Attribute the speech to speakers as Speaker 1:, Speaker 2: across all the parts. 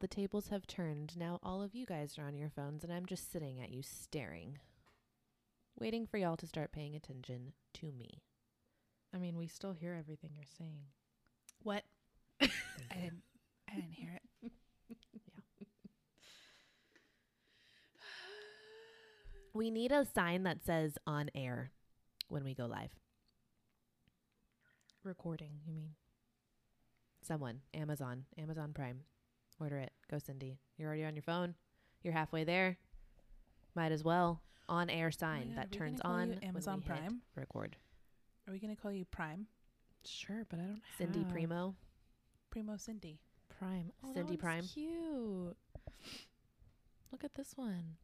Speaker 1: the tables have turned. Now all of you guys are on your phones, and I'm just sitting at you staring, waiting for y'all to start paying attention to me.
Speaker 2: I mean, we still hear everything you're saying.
Speaker 3: What? I didn't. I didn't hear it.
Speaker 1: We need a sign that says on air when we go live.
Speaker 2: Recording, you mean?
Speaker 1: Someone, Amazon, Amazon Prime. Order it. Go, Cindy. You're already on your phone. You're halfway there. Might as well. On air sign
Speaker 3: God, are
Speaker 1: that
Speaker 3: we gonna
Speaker 1: turns
Speaker 3: call you
Speaker 1: on when
Speaker 3: Amazon
Speaker 1: we hit
Speaker 3: Prime?
Speaker 1: record.
Speaker 3: Are we gonna call you Prime?
Speaker 2: Sure, but I don't
Speaker 1: Cindy
Speaker 2: have
Speaker 1: Primo.
Speaker 3: Primo Cindy.
Speaker 2: Prime. Oh, that
Speaker 1: Cindy
Speaker 2: one's
Speaker 1: Prime.
Speaker 2: Cute. Look at this one.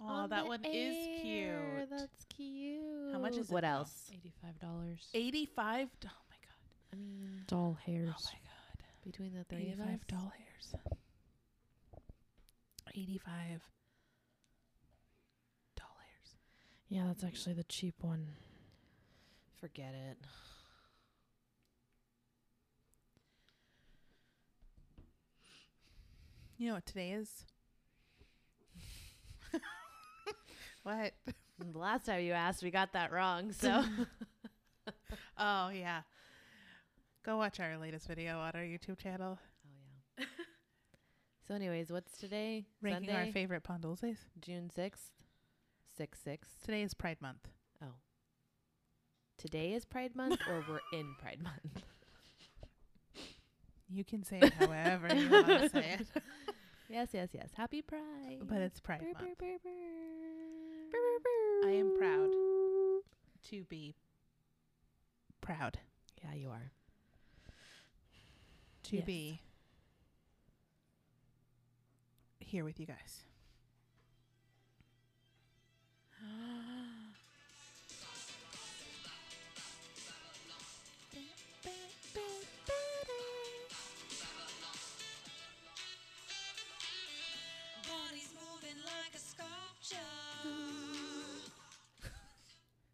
Speaker 3: Oh,
Speaker 1: On
Speaker 3: that
Speaker 1: the
Speaker 3: one is
Speaker 1: air.
Speaker 3: cute.
Speaker 1: That's cute.
Speaker 3: much is it
Speaker 1: What
Speaker 3: now?
Speaker 1: else?
Speaker 2: Eighty-five dollars.
Speaker 3: Eighty-five. Oh my god.
Speaker 1: I mean,
Speaker 2: doll
Speaker 3: Oh
Speaker 2: hairs.
Speaker 3: my
Speaker 1: between the
Speaker 3: god.
Speaker 1: three of us,
Speaker 3: Eighty-five doll hairs. Eighty-five doll hairs.
Speaker 2: yeah, that's actually the cheap one.
Speaker 1: forget it.
Speaker 3: You know what today is? what?
Speaker 1: the last time you asked, we got that wrong. So
Speaker 3: Oh yeah. Go watch our latest video on our YouTube channel,
Speaker 1: Oh yeah. so, anyways, what's today?
Speaker 3: ranking
Speaker 1: Sunday,
Speaker 3: our favorite pond dulces.
Speaker 1: June sixth, six six.
Speaker 3: Today is Pride Month.
Speaker 1: Oh, today is Pride Month, or we're in Pride Month.
Speaker 3: You can say it however you want to say it,
Speaker 1: Yes, yes, yes. Happy Pride.
Speaker 3: but it's Pride
Speaker 1: Brr,
Speaker 3: Month.
Speaker 1: brr, brr, brr.
Speaker 3: I am proud to be proud
Speaker 1: Yeah, you are.
Speaker 3: to
Speaker 2: Yes.
Speaker 3: be here with you guys.
Speaker 4: Body's moving like a sculpture.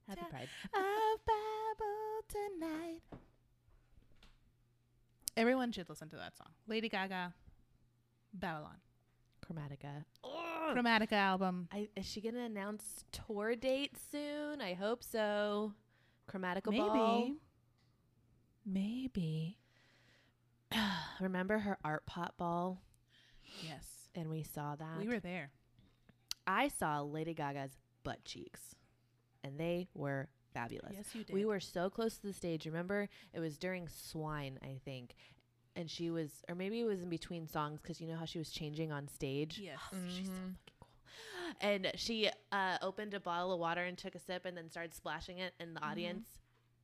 Speaker 1: Happy
Speaker 3: Ta-
Speaker 1: Pride.
Speaker 3: of Bible tonight. Everyone should listen to that song. Lady Gaga, Babylon,
Speaker 1: Chromatica.
Speaker 3: Chromatica album.
Speaker 1: I, is she gonna announce tour date soon? I hope so. Chromatica Ball.
Speaker 3: Maybe, maybe
Speaker 1: Remember her art pop ball,
Speaker 3: yes.
Speaker 1: and we saw that.
Speaker 3: We were there.
Speaker 1: I saw Lady Gaga's butt cheeks, and they were fabulous.
Speaker 3: Yes, you
Speaker 1: We were so close to the stage. Remember, it was during Swine, I think, and she was, or maybe it was in between songs because you know how she was changing on stage.
Speaker 3: Yes.
Speaker 1: She's so
Speaker 2: Mm. Mm-hmm.
Speaker 1: fucking cool. And she uh, opened a bottle of water and took a sip, and then started splashing it in the audience,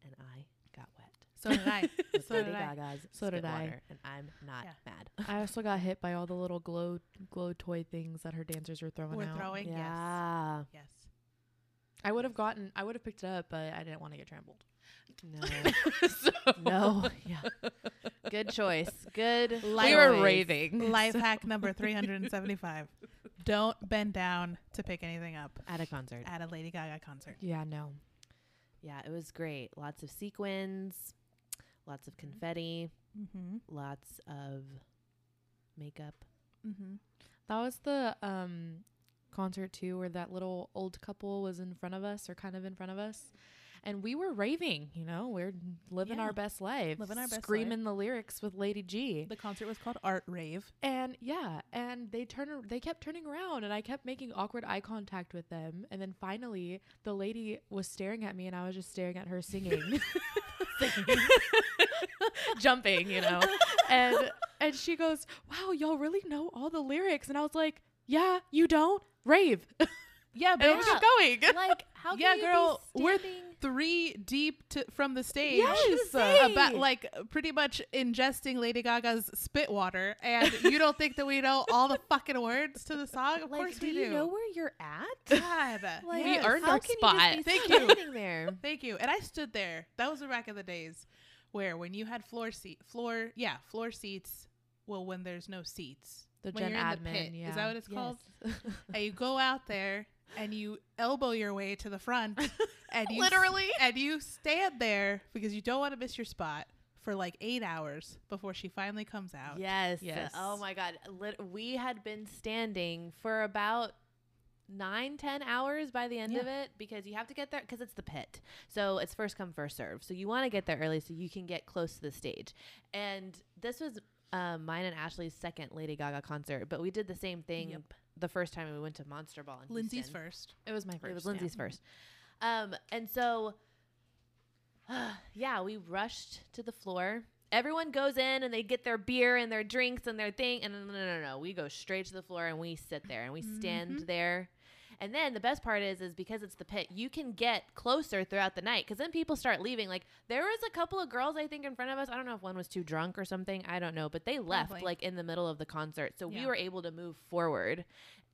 Speaker 1: and I got wet.
Speaker 3: So did I.
Speaker 1: with
Speaker 3: so
Speaker 1: Lady
Speaker 3: did I.
Speaker 1: Gaga's
Speaker 2: So did
Speaker 1: spit
Speaker 2: I.
Speaker 1: water, and I'm not
Speaker 3: Yeah.
Speaker 1: mad.
Speaker 2: I also got hit by all the little glow glow toy things that her dancers were throwing
Speaker 3: We're
Speaker 2: out.
Speaker 3: throwing. Yes.
Speaker 1: yeah.
Speaker 3: Yes.
Speaker 2: I would have gotten. I would have picked it up, but I didn't want to get trampled.
Speaker 1: No. No, yeah. Good choice. Good.
Speaker 3: Light
Speaker 2: we
Speaker 1: choice.
Speaker 2: were raving.
Speaker 3: Life hack number 375. Don't bend down to pick anything up
Speaker 1: at a concert.
Speaker 3: at a Lady Gaga concert.
Speaker 2: Yeah, no.
Speaker 1: Yeah, it was great. Lots of sequins, lots of confetti,
Speaker 3: Mm-hmm.
Speaker 1: lots of makeup.
Speaker 3: Mm-hmm.
Speaker 2: That was the um concert too where that little old couple was in front of us or kind of in front of us. And we were raving, you know, we're living
Speaker 3: Yeah.
Speaker 2: our best life.
Speaker 3: Living our best life.
Speaker 2: Screaming the lyrics with Lady G.
Speaker 3: The concert was called Art Rave.
Speaker 2: And yeah, and they turn ar- they kept turning around and I kept making awkward eye contact with them. And then finally the lady was staring at me and I was just staring at her singing. Jumping, you know. And and she goes, "Wow, y'all really know all the lyrics." And I was like, "Yeah, you don't rave."
Speaker 3: Yeah,
Speaker 2: And I was just going.
Speaker 1: Like how
Speaker 3: Yeah,
Speaker 1: can you
Speaker 3: girl,
Speaker 1: be
Speaker 3: we're-
Speaker 1: standing?
Speaker 3: Three deep to, from the stage. Uh,
Speaker 2: Yes.
Speaker 3: About like pretty much ingesting Lady Gaga's spit water, and you don't think that we know all the fucking words to the song? Of
Speaker 1: like
Speaker 3: course
Speaker 1: do
Speaker 3: we do.
Speaker 1: you know where you're at?
Speaker 3: God.
Speaker 1: Like
Speaker 2: We earned
Speaker 1: how
Speaker 2: our
Speaker 1: can
Speaker 2: spot.
Speaker 1: You just be
Speaker 3: Thank you.
Speaker 1: standing there.
Speaker 3: Thank you. And I stood there. That was the back of the days where when you had floor seat floor yeah, floor seats. Well, when there's no seats.
Speaker 2: The
Speaker 3: when
Speaker 2: Gen
Speaker 3: you're in the
Speaker 2: Admin,
Speaker 3: pit. Is that
Speaker 2: yeah.
Speaker 3: what it's called?
Speaker 1: Yes.
Speaker 3: And you go out there and you elbow your way to the front and you literally and you stand there because you don't want to miss your spot for like eight hours before she finally comes out.
Speaker 1: Yes.
Speaker 2: Yes.
Speaker 1: Oh my God. Lit- we had been standing for about nine, ten hours by the end
Speaker 3: Yeah.
Speaker 1: of it because you have to get there because it's the pit. So it's first come, first serve. So you want to get there early so you can get close to the stage. And this was uh, mine and Ashley's second Lady Gaga concert, but we did the same thing the first time we went to Monster Ball. In
Speaker 3: Lindsay's
Speaker 1: Houston.
Speaker 3: first.
Speaker 2: It was my first.
Speaker 1: It was
Speaker 2: yeah.
Speaker 1: Lindsay's first. Um, and so, yeah, we rushed to the floor. Everyone goes in and they get their beer and their drinks and their thing. And no, no, no, no. We go straight to the floor and we sit there and we
Speaker 2: Mm-hmm.
Speaker 1: stand there. And then the best part is, is because it's the pit, you can get closer throughout the night. Because then people start leaving. Like there was a couple of girls I think in front of us. I don't know if one was too drunk or something. I don't know, but
Speaker 2: Oh,
Speaker 1: they left
Speaker 3: Probably.
Speaker 1: like in the middle of the concert, so we
Speaker 3: Yeah.
Speaker 1: were able to move forward.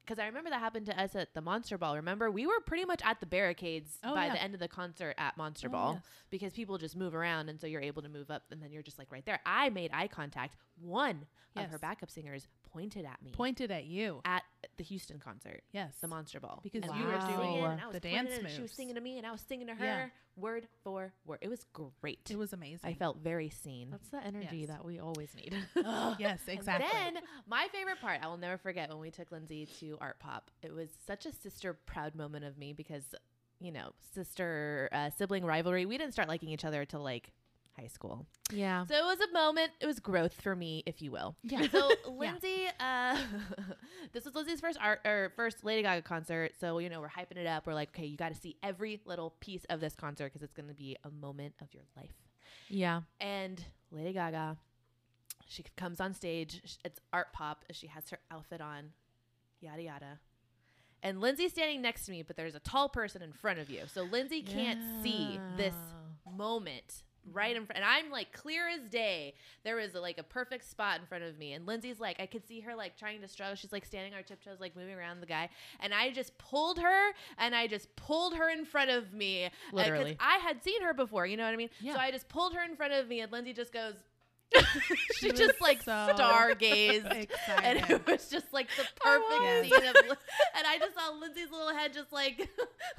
Speaker 1: Because I remember that happened to us at the Monster Ball. Remember, we were pretty much at the barricades
Speaker 3: Oh,
Speaker 1: by
Speaker 3: yeah.
Speaker 1: the end of the concert at Monster
Speaker 3: Oh,
Speaker 1: Ball
Speaker 3: yes.
Speaker 1: because people just move around, and so you're able to move up, and then you're just like right there. I made eye contact. One of her
Speaker 3: Yes.
Speaker 1: backup singers pointed at me
Speaker 3: Pointed at you.
Speaker 1: at the Houston concert
Speaker 3: Yes.
Speaker 1: the monster ball
Speaker 3: Because
Speaker 1: And
Speaker 2: you were
Speaker 1: was singing,
Speaker 2: doing
Speaker 1: and I was
Speaker 3: the
Speaker 1: pointing
Speaker 3: dance
Speaker 1: at it, and She was
Speaker 3: moves.
Speaker 1: singing to me, and I was singing to her,
Speaker 3: Yeah.
Speaker 1: word for word. It was great.
Speaker 3: It was amazing.
Speaker 1: I felt very seen.
Speaker 2: That's the energy
Speaker 3: Yes.
Speaker 2: that we always need.
Speaker 3: yes, exactly.
Speaker 1: And then my favorite part, I will never forget when we took Lindsay to Art Pop. It was such a sister proud moment of me because, you know, sister uh, sibling rivalry. We didn't start liking each other till like high school.
Speaker 2: yeah.
Speaker 1: So it was a moment. It was growth for me, if you will.
Speaker 2: Yeah.
Speaker 1: So Lindsay, uh, this was Lindsay's first art or first Lady Gaga concert. So you know we're hyping it up. We're like, okay, you got to see every little piece of this concert because it's going to be a moment of your life.
Speaker 2: Yeah.
Speaker 1: And Lady Gaga, she comes on stage. sh- It's art pop. She has her outfit on, yada yada. And Lindsay's standing next to me, but there's a tall person in front of you, so Lindsay can't see this moment right in front. And I'm like clear as day. There was like a perfect spot in front of me. And Lindsay's like, I could see her like trying to struggle. She's like standing on her tiptoes, like moving around the guy. And I just pulled her and I just pulled her in front of me. Uh, 'cause
Speaker 2: Literally.
Speaker 1: I had seen her before. You know what I mean?
Speaker 2: Yeah.
Speaker 1: So I just pulled her in front of me and Lindsay just goes, she
Speaker 3: was
Speaker 1: just like
Speaker 3: so
Speaker 1: stargazed. And
Speaker 3: Excited.
Speaker 1: it was just like the
Speaker 2: I
Speaker 1: perfect
Speaker 3: was.
Speaker 1: scene of, Lin- and I just saw Lindsay's little head just like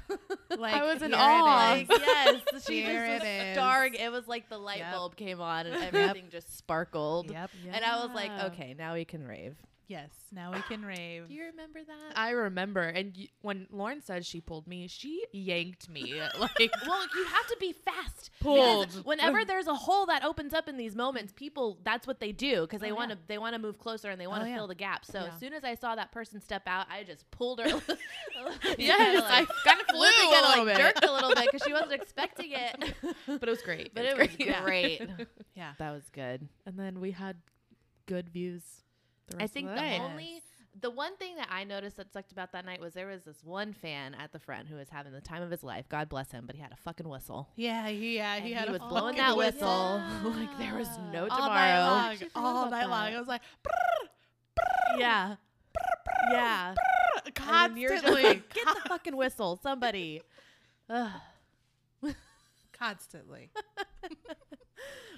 Speaker 3: like,
Speaker 2: I was in
Speaker 3: here it
Speaker 2: awe.
Speaker 3: is.
Speaker 1: like, yes, she
Speaker 3: Here
Speaker 1: just
Speaker 3: it
Speaker 1: was
Speaker 3: is.
Speaker 1: dark. It was like the light
Speaker 3: Yep.
Speaker 1: bulb came on and
Speaker 2: Yep.
Speaker 1: everything just sparkled.
Speaker 3: Yep.
Speaker 1: And I was like,
Speaker 2: Yeah.
Speaker 1: okay, now we can rave.
Speaker 3: Yes. Now we can rave.
Speaker 1: Do you remember that?
Speaker 2: I remember. And y- when Lauren said she pulled me, she yanked me. Like,
Speaker 1: well, you have to be fast. because
Speaker 2: Pulled.
Speaker 1: Whenever there's a hole that opens up in these moments, people that's what they do because they
Speaker 3: Oh,
Speaker 1: want to
Speaker 3: yeah.
Speaker 1: they want to move closer and they want to
Speaker 3: Oh, yeah.
Speaker 1: fill the gap. So
Speaker 2: Yeah.
Speaker 1: as soon as I saw that person step out, I just pulled her. yes,
Speaker 2: yes, I kind of flew
Speaker 1: Lindsay kind
Speaker 2: a
Speaker 1: of like
Speaker 2: little bit.
Speaker 1: jerked a little bit because she wasn't expecting it.
Speaker 2: But it was great.
Speaker 1: but it was great.
Speaker 3: Yeah.
Speaker 1: that was good.
Speaker 2: and then we had good views. The
Speaker 1: I
Speaker 2: rest of
Speaker 1: think
Speaker 2: the
Speaker 1: the
Speaker 2: night.
Speaker 1: only the one thing that I noticed that sucked about that night was there was this one fan at the front who was having the time of his life. God bless him, but he had a fucking whistle.
Speaker 3: Yeah. He, yeah.
Speaker 1: And
Speaker 3: He
Speaker 1: he,
Speaker 3: had a
Speaker 1: was blowing that
Speaker 3: fucking
Speaker 1: whistle
Speaker 3: whistle
Speaker 1: like there was no
Speaker 3: all uh, night
Speaker 1: tomorrow.
Speaker 3: long.
Speaker 2: I forgot
Speaker 3: All
Speaker 1: Oh
Speaker 2: about
Speaker 3: night long.
Speaker 2: that.
Speaker 3: It was like
Speaker 1: Yeah. Yeah. And then you're just
Speaker 3: constantly,
Speaker 1: like, Get the fucking whistle, somebody. Ugh.
Speaker 3: constantly.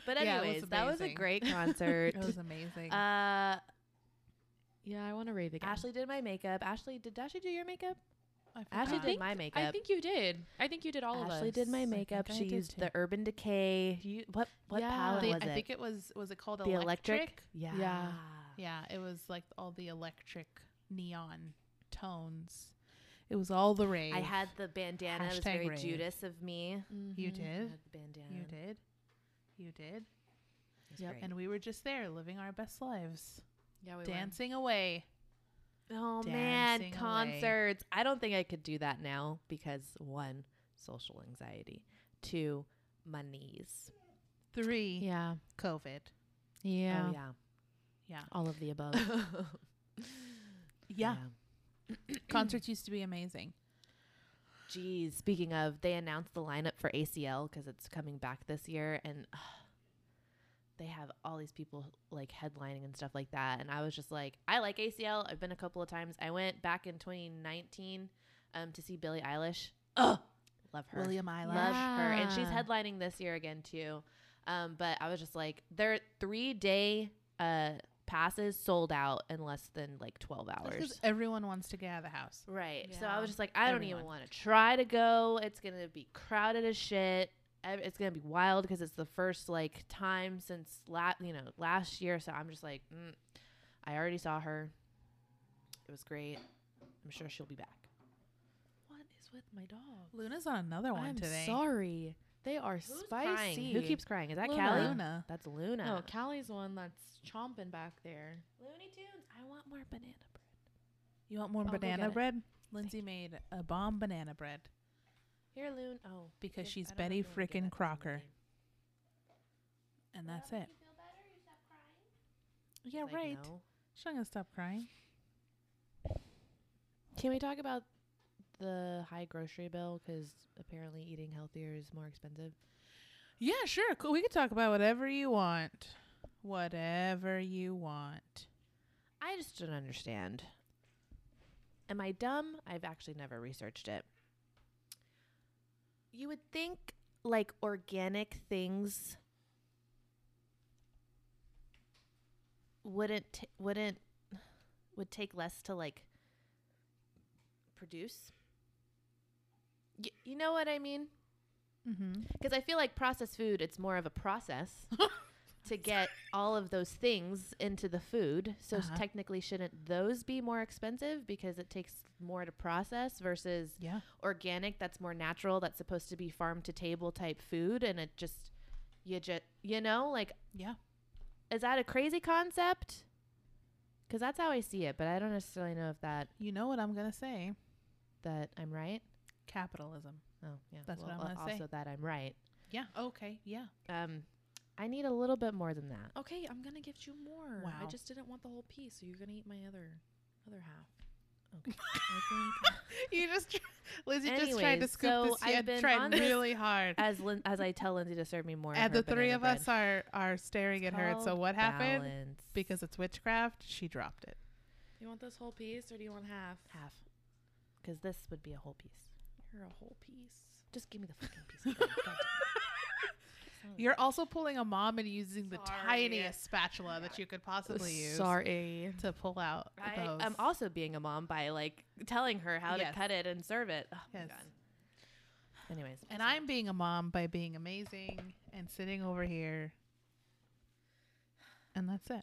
Speaker 1: But
Speaker 3: Yeah, it was
Speaker 1: anyways, that was a
Speaker 3: amazing.
Speaker 1: great concert.
Speaker 3: It was amazing.
Speaker 1: uh
Speaker 2: Yeah, I want to rave again.
Speaker 1: Ashley did my makeup. Ashley did Ashley do your makeup?
Speaker 3: I
Speaker 1: Ashley
Speaker 3: forgot.
Speaker 1: did my makeup.
Speaker 2: I think you did. I think you did all of us.
Speaker 1: Ashley did my makeup.
Speaker 2: I
Speaker 1: She
Speaker 2: did
Speaker 1: used
Speaker 2: too.
Speaker 1: the Urban Decay. You, what what
Speaker 2: Yeah.
Speaker 1: palette
Speaker 3: The-
Speaker 1: was
Speaker 3: I
Speaker 1: it?
Speaker 3: think it was. Was it called
Speaker 1: the electric. Yeah.
Speaker 2: Yeah.
Speaker 3: Yeah, it was like all the electric neon tones. It was all the rave.
Speaker 1: I had the bandana. it was
Speaker 3: Hashtag
Speaker 1: very
Speaker 3: rave.
Speaker 1: Judas of me.
Speaker 3: You
Speaker 2: Mhm.
Speaker 1: I had
Speaker 3: did.
Speaker 1: the bandana.
Speaker 3: You did. You did.
Speaker 1: It was
Speaker 2: Yep.
Speaker 1: great.
Speaker 3: And we were just there living our best lives,
Speaker 2: Yeah, we went.
Speaker 3: dancing away.
Speaker 1: oh man,
Speaker 3: dancing away.
Speaker 1: concerts. I don't think I could do that now because one, social anxiety. Two, my knees.
Speaker 3: Three,
Speaker 2: Yeah.
Speaker 3: COVID.
Speaker 2: Yeah.
Speaker 1: Oh yeah.
Speaker 3: Yeah.
Speaker 2: All of the above.
Speaker 3: Yeah. Concerts used to be amazing.
Speaker 1: Geez, speaking of, they announced the lineup for ACL because it's coming back this year, and ugh, they have all these people like headlining and stuff like that. And I was just like, I like ACL. I've been a couple of times. I went back in 2019 um, to see Billie Eilish. Ugh, love her.
Speaker 3: William Eilish.
Speaker 1: Love her, and she's
Speaker 2: Yeah.
Speaker 1: headlining this year again too. Um, but I was just like, their three day uh, passes sold out in less than like 12 hours.
Speaker 3: Because everyone wants to get out of the house.
Speaker 1: Right. So I
Speaker 2: Yeah.
Speaker 1: was just like, I don't even
Speaker 3: Everyone.
Speaker 1: want to try to go. It's going to be crowded as shit. ev- it's gonna be wild because it's the first like time since la- you know last year. So I'm just like, mm, I already saw her. It was great. I'm sure she'll be back. What is with my dog?
Speaker 3: Luna's on another one
Speaker 2: I'm
Speaker 3: today.
Speaker 2: sorry. They are
Speaker 1: Who's
Speaker 2: spicy.
Speaker 1: crying? Who keeps crying? Is that
Speaker 2: Luna.
Speaker 1: Callie?
Speaker 3: Luna.
Speaker 1: That's Luna.
Speaker 2: No, Callie's the one that's chomping back there.
Speaker 1: Looney Tunes. I want more banana bread.
Speaker 3: You want more
Speaker 2: I'll go get
Speaker 3: banana
Speaker 2: it.
Speaker 3: bread? Lindsay made a bomb banana bread
Speaker 1: Here, Loon. Oh,
Speaker 3: because
Speaker 1: give-
Speaker 3: she's
Speaker 1: I don't know
Speaker 3: Betty
Speaker 1: if you wanna give that to
Speaker 3: frickin'
Speaker 1: someone
Speaker 3: Crocker,
Speaker 1: named.
Speaker 3: and that's it. Yeah,
Speaker 1: Like,
Speaker 3: right.
Speaker 1: no.
Speaker 3: She's not gonna stop crying.
Speaker 1: Can we talk about the high grocery bill? Because apparently eating healthier is more expensive.
Speaker 3: Yeah, sure. Cool. We could talk about whatever you want. Whatever you want.
Speaker 1: I just don't understand. Am I dumb? I've actually never researched it. You would think like organic things wouldn't t- wouldn't would take less to like produce. Y- you know what I mean?
Speaker 3: Mm-hmm.
Speaker 1: Because I feel like processed food, it's more of a process to get all of those things into the food. So s-
Speaker 3: Uh-huh.
Speaker 1: technically, shouldn't those be more expensive because it takes more to process versus
Speaker 3: Yeah.
Speaker 1: organic that's more natural, that's supposed to be farm to table type food? And it just, you just, you know, like,
Speaker 3: Yeah.
Speaker 1: is that a crazy concept? Because that's how I see it, but I don't necessarily know if that
Speaker 3: You know what I'm gonna say?
Speaker 1: that I'm right.
Speaker 3: Capitalism.
Speaker 1: Oh, yeah.
Speaker 3: That's what I'm
Speaker 1: al-
Speaker 3: gonna
Speaker 1: also
Speaker 3: say.
Speaker 1: that I'm right.
Speaker 3: Yeah. Okay. Yeah.
Speaker 1: Um, I need a little bit more than that.
Speaker 2: Okay, I'm gonna give you more. I
Speaker 3: Wow.
Speaker 2: just didn't want the whole piece, so you're gonna eat my other other half.
Speaker 3: you just, tr- Lizzie just tried to
Speaker 1: Anyways,
Speaker 3: scoop
Speaker 1: so
Speaker 3: this.
Speaker 1: I've
Speaker 3: Yeah,
Speaker 1: been on
Speaker 3: tried
Speaker 1: this-
Speaker 3: really hard.
Speaker 1: as Lin- as I tell Lindsay to serve me more. of
Speaker 3: And
Speaker 1: her
Speaker 3: the three
Speaker 1: banana
Speaker 3: of
Speaker 1: bread.
Speaker 3: us are are staring at her. So
Speaker 1: Called
Speaker 3: what happened?
Speaker 1: balance.
Speaker 3: Because it's witchcraft. She dropped it.
Speaker 2: You want this whole piece or do you want half?
Speaker 1: half, because this would be a whole piece.
Speaker 2: You're a whole piece.
Speaker 1: Just give me the fucking piece. Of bread.
Speaker 3: You're also pulling a mom and using the
Speaker 2: Sorry.
Speaker 3: tiniest spatula that you could possibly use
Speaker 2: Sorry.
Speaker 3: to pull out
Speaker 1: God damn it.
Speaker 3: those.
Speaker 1: I am also being a mom by like telling her how
Speaker 3: Yes.
Speaker 1: to cut it and serve it. Oh my
Speaker 3: Yes.
Speaker 1: god. Anyways,
Speaker 3: and I'm being a mom by being amazing and sitting over here. And that's it.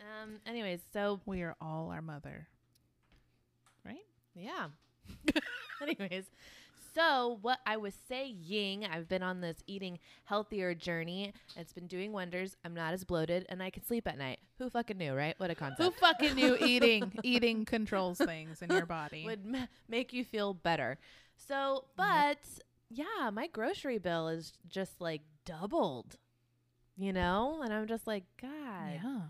Speaker 1: um. Anyways, so
Speaker 3: We are all our mother.
Speaker 1: Yeah. Anyways, so what I was saying, I've been on this eating healthier journey. It's been doing wonders. I'm not as bloated and I can sleep at night. Who fucking knew, right? What a
Speaker 3: Who
Speaker 1: concept.
Speaker 3: fucking knew eating eating controls things in your body?
Speaker 1: Would m- make you feel better. So, but yeah, my grocery bill is just like doubled, you know? And I'm just like, God.
Speaker 3: yeah.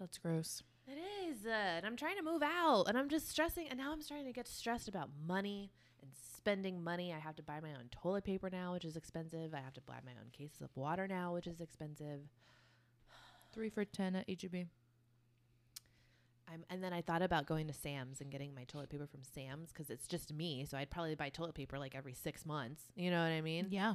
Speaker 2: That's gross.
Speaker 1: It is. Uh, and I'm trying to move out and I'm just stressing. And now I'm starting to get stressed about money and spending money. I have to buy my own toilet paper now, which is expensive. I have to buy my own cases of water now, which is expensive.
Speaker 2: Three for ten at E HEB.
Speaker 1: I'm, and then I thought about going to Sam's and getting my toilet paper from Sam's because it's just me. So I'd probably buy toilet paper like every six months. You know what I mean?
Speaker 3: Yeah.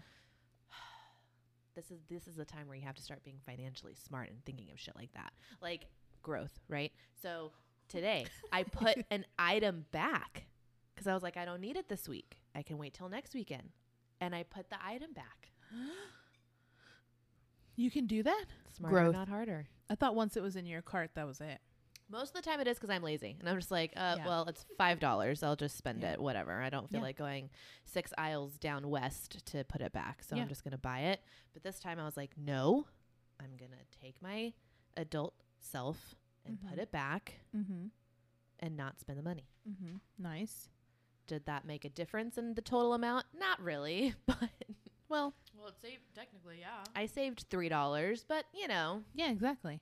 Speaker 1: This is this is the time where you have to start being financially smart and thinking of shit like that, like growth, right? So today I put an item back because I was like, I don't need it this week. I can wait till next weekend, and I put the item back.
Speaker 3: You can do that?
Speaker 1: Smarter,
Speaker 2: Growth.
Speaker 1: not harder.
Speaker 3: I thought once it was in your cart, that was it.
Speaker 1: Most of the time it is because I'm lazy and I'm just like, uh,
Speaker 3: Yeah.
Speaker 1: well, it's five dollars. I'll just spend
Speaker 3: Yeah.
Speaker 1: it, whatever. I don't feel
Speaker 3: Yeah.
Speaker 1: like going six aisles down west to put it back, so
Speaker 3: Yeah.
Speaker 1: I'm just gonna buy it. But this time I was like, no, I'm gonna take my adult self and put
Speaker 3: Mhm.
Speaker 1: it back
Speaker 3: Mm-hmm.
Speaker 1: and not spend the money.
Speaker 3: Mm-hmm. Nice.
Speaker 1: Did that make a difference in the total amount? Not really, but
Speaker 3: Well,
Speaker 2: Well, it's saved technically, yeah.
Speaker 1: I saved three dollars. But you know,
Speaker 3: yeah, exactly.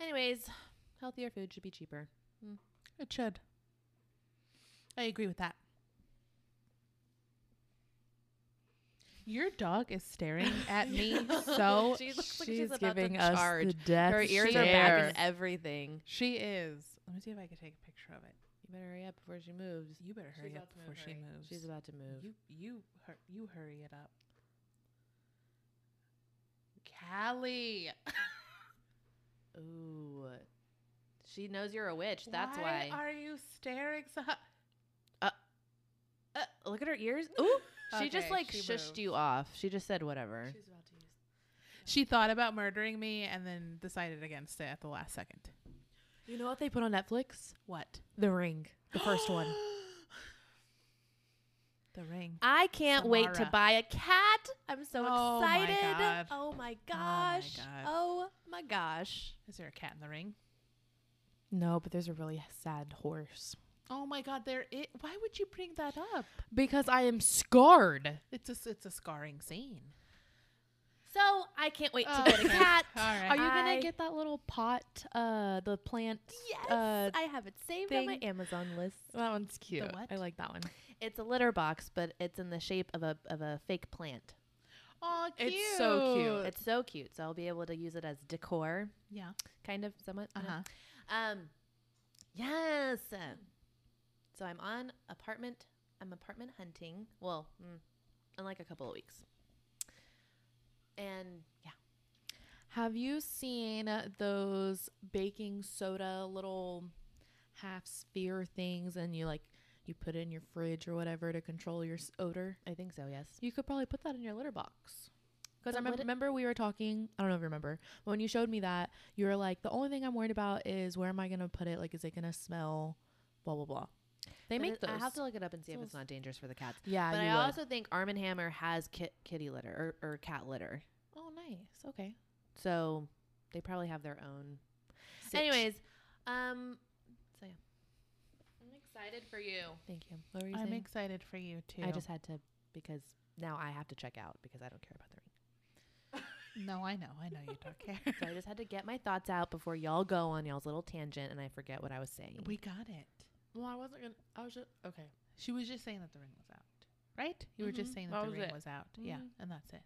Speaker 1: anyways, healthier food should be cheaper.
Speaker 3: It should. I agree with that. Your dog is staring at me so.
Speaker 1: she looks like
Speaker 2: She's
Speaker 1: she's about
Speaker 2: giving
Speaker 1: to
Speaker 2: us
Speaker 1: charge.
Speaker 2: the death
Speaker 1: Her ears are back
Speaker 2: stare.
Speaker 1: and everything.
Speaker 3: she is. Let me see if I can take a picture of it.
Speaker 1: You better hurry up before she moves.
Speaker 3: You better
Speaker 2: She's
Speaker 3: hurry
Speaker 2: about
Speaker 3: up
Speaker 2: to move,
Speaker 3: before she
Speaker 2: hurry.
Speaker 3: moves.
Speaker 1: She's about to move.
Speaker 3: you you hur- you hurry it up. Callie,
Speaker 1: Ooh. She knows you're a witch. That's why.
Speaker 3: are you staring so?
Speaker 1: Uh, Look at her ears. Ooh, she just
Speaker 3: Okay,
Speaker 1: like
Speaker 3: she
Speaker 1: shushed
Speaker 3: moved.
Speaker 1: you off. She just said whatever.
Speaker 2: She's about to use.
Speaker 3: She thought about murdering me and then decided against it at the last second.
Speaker 2: You know what they put on Netflix?
Speaker 3: What?
Speaker 2: The Ring, the first one.
Speaker 3: The ring.
Speaker 1: I can't wait to
Speaker 3: Samara.
Speaker 1: buy a cat. I'm so
Speaker 3: Oh my
Speaker 1: excited.
Speaker 3: God.
Speaker 1: Oh my
Speaker 3: my
Speaker 1: gosh.
Speaker 3: God.
Speaker 1: Oh my gosh.
Speaker 3: Is there a cat in the ring?
Speaker 2: No, but there's a really sad horse.
Speaker 3: Oh my God! There it. Why would you bring that up?
Speaker 2: Because I am scarred.
Speaker 3: It's a s- it's a scarring scene.
Speaker 1: So I can't wait to
Speaker 3: Oh,
Speaker 1: get a
Speaker 3: okay.
Speaker 1: cat.
Speaker 3: All right.
Speaker 2: Are you gonna
Speaker 1: I-
Speaker 2: get that little pot? Uh, the plant.
Speaker 1: Yes.
Speaker 2: Uh,
Speaker 1: I have it saved on my
Speaker 2: thing.
Speaker 1: Amazon list.
Speaker 2: that one's cute.
Speaker 3: what?
Speaker 2: I like that one.
Speaker 1: It's a litter box, but it's in the shape of a of a fake plant.
Speaker 3: Oh, cute.
Speaker 2: It's so cute.
Speaker 1: It's so cute. So I'll be able to use it as decor,
Speaker 3: Yeah.
Speaker 1: kind of somewhat.
Speaker 3: Uh
Speaker 1: you know?
Speaker 2: Uh-huh.
Speaker 3: huh.
Speaker 1: Um, yes. So I'm on apartment. I'm apartment hunting. Well, mm, in like a couple of weeks. And yeah,
Speaker 2: Have you seen those baking soda little half sphere things and you like you put it in your fridge or whatever to control your s- odor?
Speaker 1: I think so. Yes.
Speaker 2: You could probably put that in your litter box.
Speaker 1: But would
Speaker 2: Because I remember,
Speaker 1: it-
Speaker 2: remember we were talking, I don't know if you remember, but when you showed me that, you were like, the only thing I'm worried about is where am I going to put it? Like, is it going to smell? Blah, blah, blah. They
Speaker 1: But
Speaker 2: make
Speaker 1: it-
Speaker 2: those.
Speaker 1: I have to look it up and see if
Speaker 2: So
Speaker 1: it's
Speaker 2: it's-
Speaker 1: not dangerous for the cats.
Speaker 2: yeah,
Speaker 1: but
Speaker 2: you
Speaker 1: I
Speaker 2: would.
Speaker 1: also think Arm and Hammer has kit- kitty litter or, or cat litter,
Speaker 2: oh, nice. Okay.
Speaker 1: so they probably have their own.
Speaker 2: Sit.
Speaker 1: Anyways, um, so yeah, I'm excited for you.
Speaker 2: Thank you. What were you
Speaker 3: I'm
Speaker 2: saying?
Speaker 3: excited for you too.
Speaker 1: I just had to because now I have to check out because I don't care about the ring.
Speaker 3: No, I know. I know you don't care.
Speaker 1: So I just had to get my thoughts out before y'all go on y'all's little tangent and I forget what I was saying.
Speaker 3: we got it.
Speaker 2: well, I wasn't going to, I was just, okay.
Speaker 3: She was just saying that the ring was out, right? You were
Speaker 2: Mhm.
Speaker 3: just saying Mm-hmm. that,
Speaker 2: That
Speaker 3: the
Speaker 2: was
Speaker 3: ring
Speaker 2: it.
Speaker 3: was Mm-hmm. out. Yeah,
Speaker 2: Mhm.
Speaker 3: and that's it.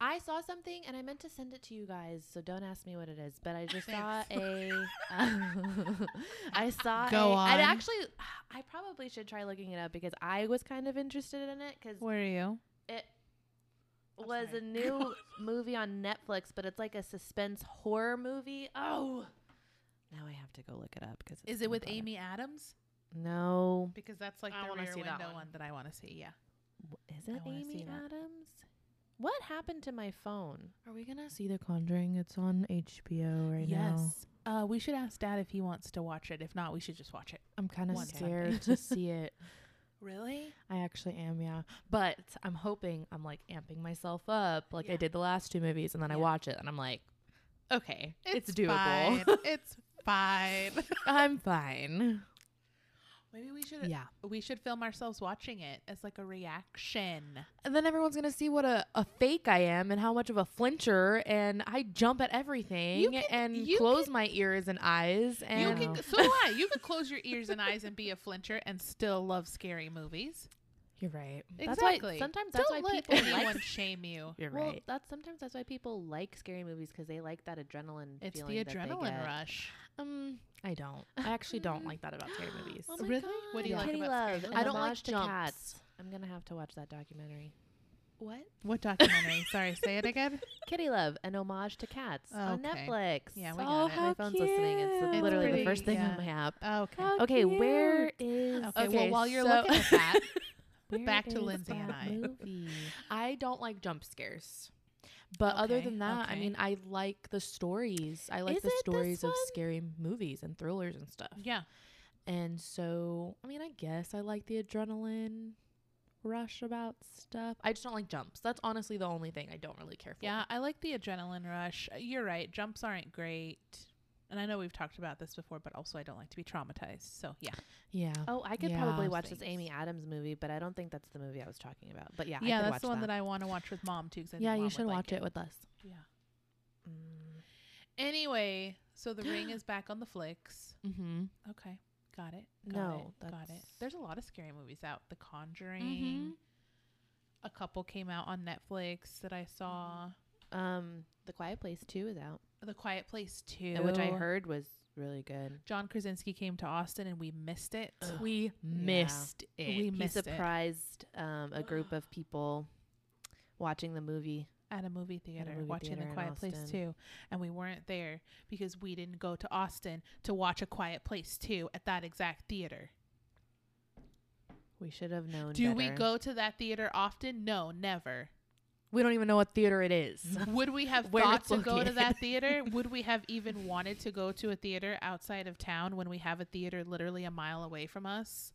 Speaker 1: I saw something and I meant to send it to you guys, so don't ask me what it is. But I just saw
Speaker 3: Thanks.
Speaker 1: a. I saw.
Speaker 3: Go
Speaker 1: a,
Speaker 3: on.
Speaker 1: I'd actually, I probably should try looking it up because I was kind of interested in it because
Speaker 3: Where are you?
Speaker 1: it
Speaker 3: I'm
Speaker 1: was
Speaker 3: sorry.
Speaker 1: a new movie on Netflix, but it's like a suspense horror movie. Oh, now I have to go look it up because
Speaker 3: Is it with Amy Adams?
Speaker 1: No,
Speaker 3: Because that's like
Speaker 2: I
Speaker 3: the
Speaker 2: wanna
Speaker 3: rear
Speaker 2: see
Speaker 3: window
Speaker 2: that
Speaker 3: one.
Speaker 2: one.
Speaker 3: that I want to see. Yeah.
Speaker 1: W- is it
Speaker 3: wanna see
Speaker 1: Amy
Speaker 3: that.
Speaker 1: Adams? What happened to my phone?
Speaker 2: Are we going to see The Conjuring? It's on HBO right now.
Speaker 3: yes. Uh, we should ask Dad if he wants to watch it. If not, we should just watch it.
Speaker 2: I'm kind of
Speaker 3: One Sunday.
Speaker 2: scared to see it.
Speaker 3: Really?
Speaker 2: I actually am, yeah. But I'm hoping I'm like amping myself up, like
Speaker 3: Yeah.
Speaker 2: I did the last two movies, and then I
Speaker 3: Yeah.
Speaker 2: watch it and I'm like, okay, it's, doable.
Speaker 3: Fine. it's fine.
Speaker 2: I'm fine.
Speaker 3: Maybe we should.
Speaker 2: Yeah.
Speaker 3: We should film ourselves watching it as like a reaction.
Speaker 2: And then everyone's gonna see what a, a fake I am and how much of a flincher, and I jump at everything
Speaker 3: can-
Speaker 2: and
Speaker 3: you
Speaker 2: close my ears and eyes.
Speaker 3: You
Speaker 2: And
Speaker 3: can.
Speaker 1: Wow.
Speaker 3: So do I. You could close your ears and eyes and be a flincher and still love scary movies.
Speaker 2: you're right.
Speaker 1: That's why
Speaker 3: Exactly.
Speaker 1: sometimes that's
Speaker 3: Don't
Speaker 1: why
Speaker 3: let
Speaker 1: people
Speaker 3: anyone
Speaker 1: like
Speaker 3: shame you.
Speaker 2: You're
Speaker 1: well,
Speaker 2: right.
Speaker 1: that's sometimes that's why people like scary movies because they like that adrenaline.
Speaker 3: It's
Speaker 1: feeling
Speaker 3: the
Speaker 1: that they get.
Speaker 3: adrenaline rush.
Speaker 2: Um, I don't. I actually don't like that about scary movies.
Speaker 1: Oh my
Speaker 3: Really?
Speaker 1: God.
Speaker 3: What do you like
Speaker 1: Kitty
Speaker 3: about
Speaker 1: Love?
Speaker 3: scary
Speaker 1: An
Speaker 2: I don't like
Speaker 1: homage to
Speaker 2: jumps.
Speaker 1: cats. I'm gonna have to watch that documentary. What?
Speaker 3: What documentary? Sorry, say it again.
Speaker 1: Kitty Love, an homage to cats on
Speaker 3: Okay.
Speaker 1: Netflix.
Speaker 3: Yeah, we
Speaker 2: Oh,
Speaker 3: got it.
Speaker 2: how
Speaker 1: my phone's listening. It's,
Speaker 2: cute.
Speaker 1: literally
Speaker 3: pretty,
Speaker 1: the first thing
Speaker 3: yeah.
Speaker 1: on my app.
Speaker 3: Oh, Okay.
Speaker 2: How
Speaker 1: okay, where
Speaker 2: cute.
Speaker 1: is
Speaker 3: Okay, well, while you're
Speaker 2: so-
Speaker 3: looking at that,
Speaker 1: where
Speaker 3: back to
Speaker 1: is
Speaker 3: Lindsay and
Speaker 1: that
Speaker 3: I.
Speaker 1: Movie?
Speaker 2: I don't like jump scares. But other
Speaker 3: Okay,
Speaker 2: than that, I
Speaker 3: okay.
Speaker 2: mean, I like the stories. I like
Speaker 1: Is
Speaker 2: the
Speaker 1: it this
Speaker 2: stories of
Speaker 1: one?
Speaker 2: scary movies and thrillers and stuff.
Speaker 3: yeah,
Speaker 2: And so, I mean, I guess I like the adrenaline rush about stuff. I just don't like jumps. That's honestly the only thing I don't really care for.
Speaker 3: yeah, I like the adrenaline rush. Uh, You're right. Jumps aren't great. And I know we've talked about this before, but also I don't like to be traumatized. So yeah,
Speaker 2: Yeah.
Speaker 1: Oh, I could
Speaker 2: Yeah,
Speaker 1: probably watch this
Speaker 3: thanks.
Speaker 1: Amy Adams movie, but I don't think that's the movie I was talking about. But yeah, I
Speaker 3: yeah,
Speaker 1: could
Speaker 3: that's
Speaker 1: watch
Speaker 3: the one
Speaker 1: that.
Speaker 3: that, I want to watch with mom too. 'cause I think
Speaker 2: yeah,
Speaker 3: Mom
Speaker 2: you
Speaker 3: would
Speaker 2: should
Speaker 3: like
Speaker 2: watch it. with us.
Speaker 3: Yeah.
Speaker 1: Mm.
Speaker 3: Anyway, so the ring is back on the flicks.
Speaker 2: Mm-hmm.
Speaker 3: Okay, got it. Got
Speaker 1: No,
Speaker 3: it, got it.
Speaker 1: that's- Mm-hmm.
Speaker 3: There's a lot of scary movies out. The Conjuring.
Speaker 2: Mhm.
Speaker 3: A couple came out on Netflix that I saw.
Speaker 1: Um, The Quiet Place Two is out,
Speaker 3: The Quiet Place Two,
Speaker 1: which I heard was really good.
Speaker 3: John Krasinski came to Austin and we missed it.
Speaker 2: We missed it.
Speaker 3: We
Speaker 1: He
Speaker 3: missed it
Speaker 1: surprised um, a group of people watching the movie.
Speaker 3: at a movie theater,
Speaker 1: movie
Speaker 3: watching
Speaker 1: theater
Speaker 3: The
Speaker 1: in
Speaker 3: Quiet Place
Speaker 1: Austin.
Speaker 3: Two, and we weren't there because we didn't go to Austin to watch A Quiet Place Two at that exact theater.
Speaker 1: We should have known.
Speaker 3: Do we
Speaker 1: better.
Speaker 3: go to that theater often? No, never.
Speaker 2: We don't even know what theater it is.
Speaker 3: Would we have
Speaker 2: Where
Speaker 3: thought
Speaker 2: it's
Speaker 3: to go to
Speaker 2: located.
Speaker 3: that theater? Would we have even wanted to go to a theater outside of town when we have a theater literally a mile away from us?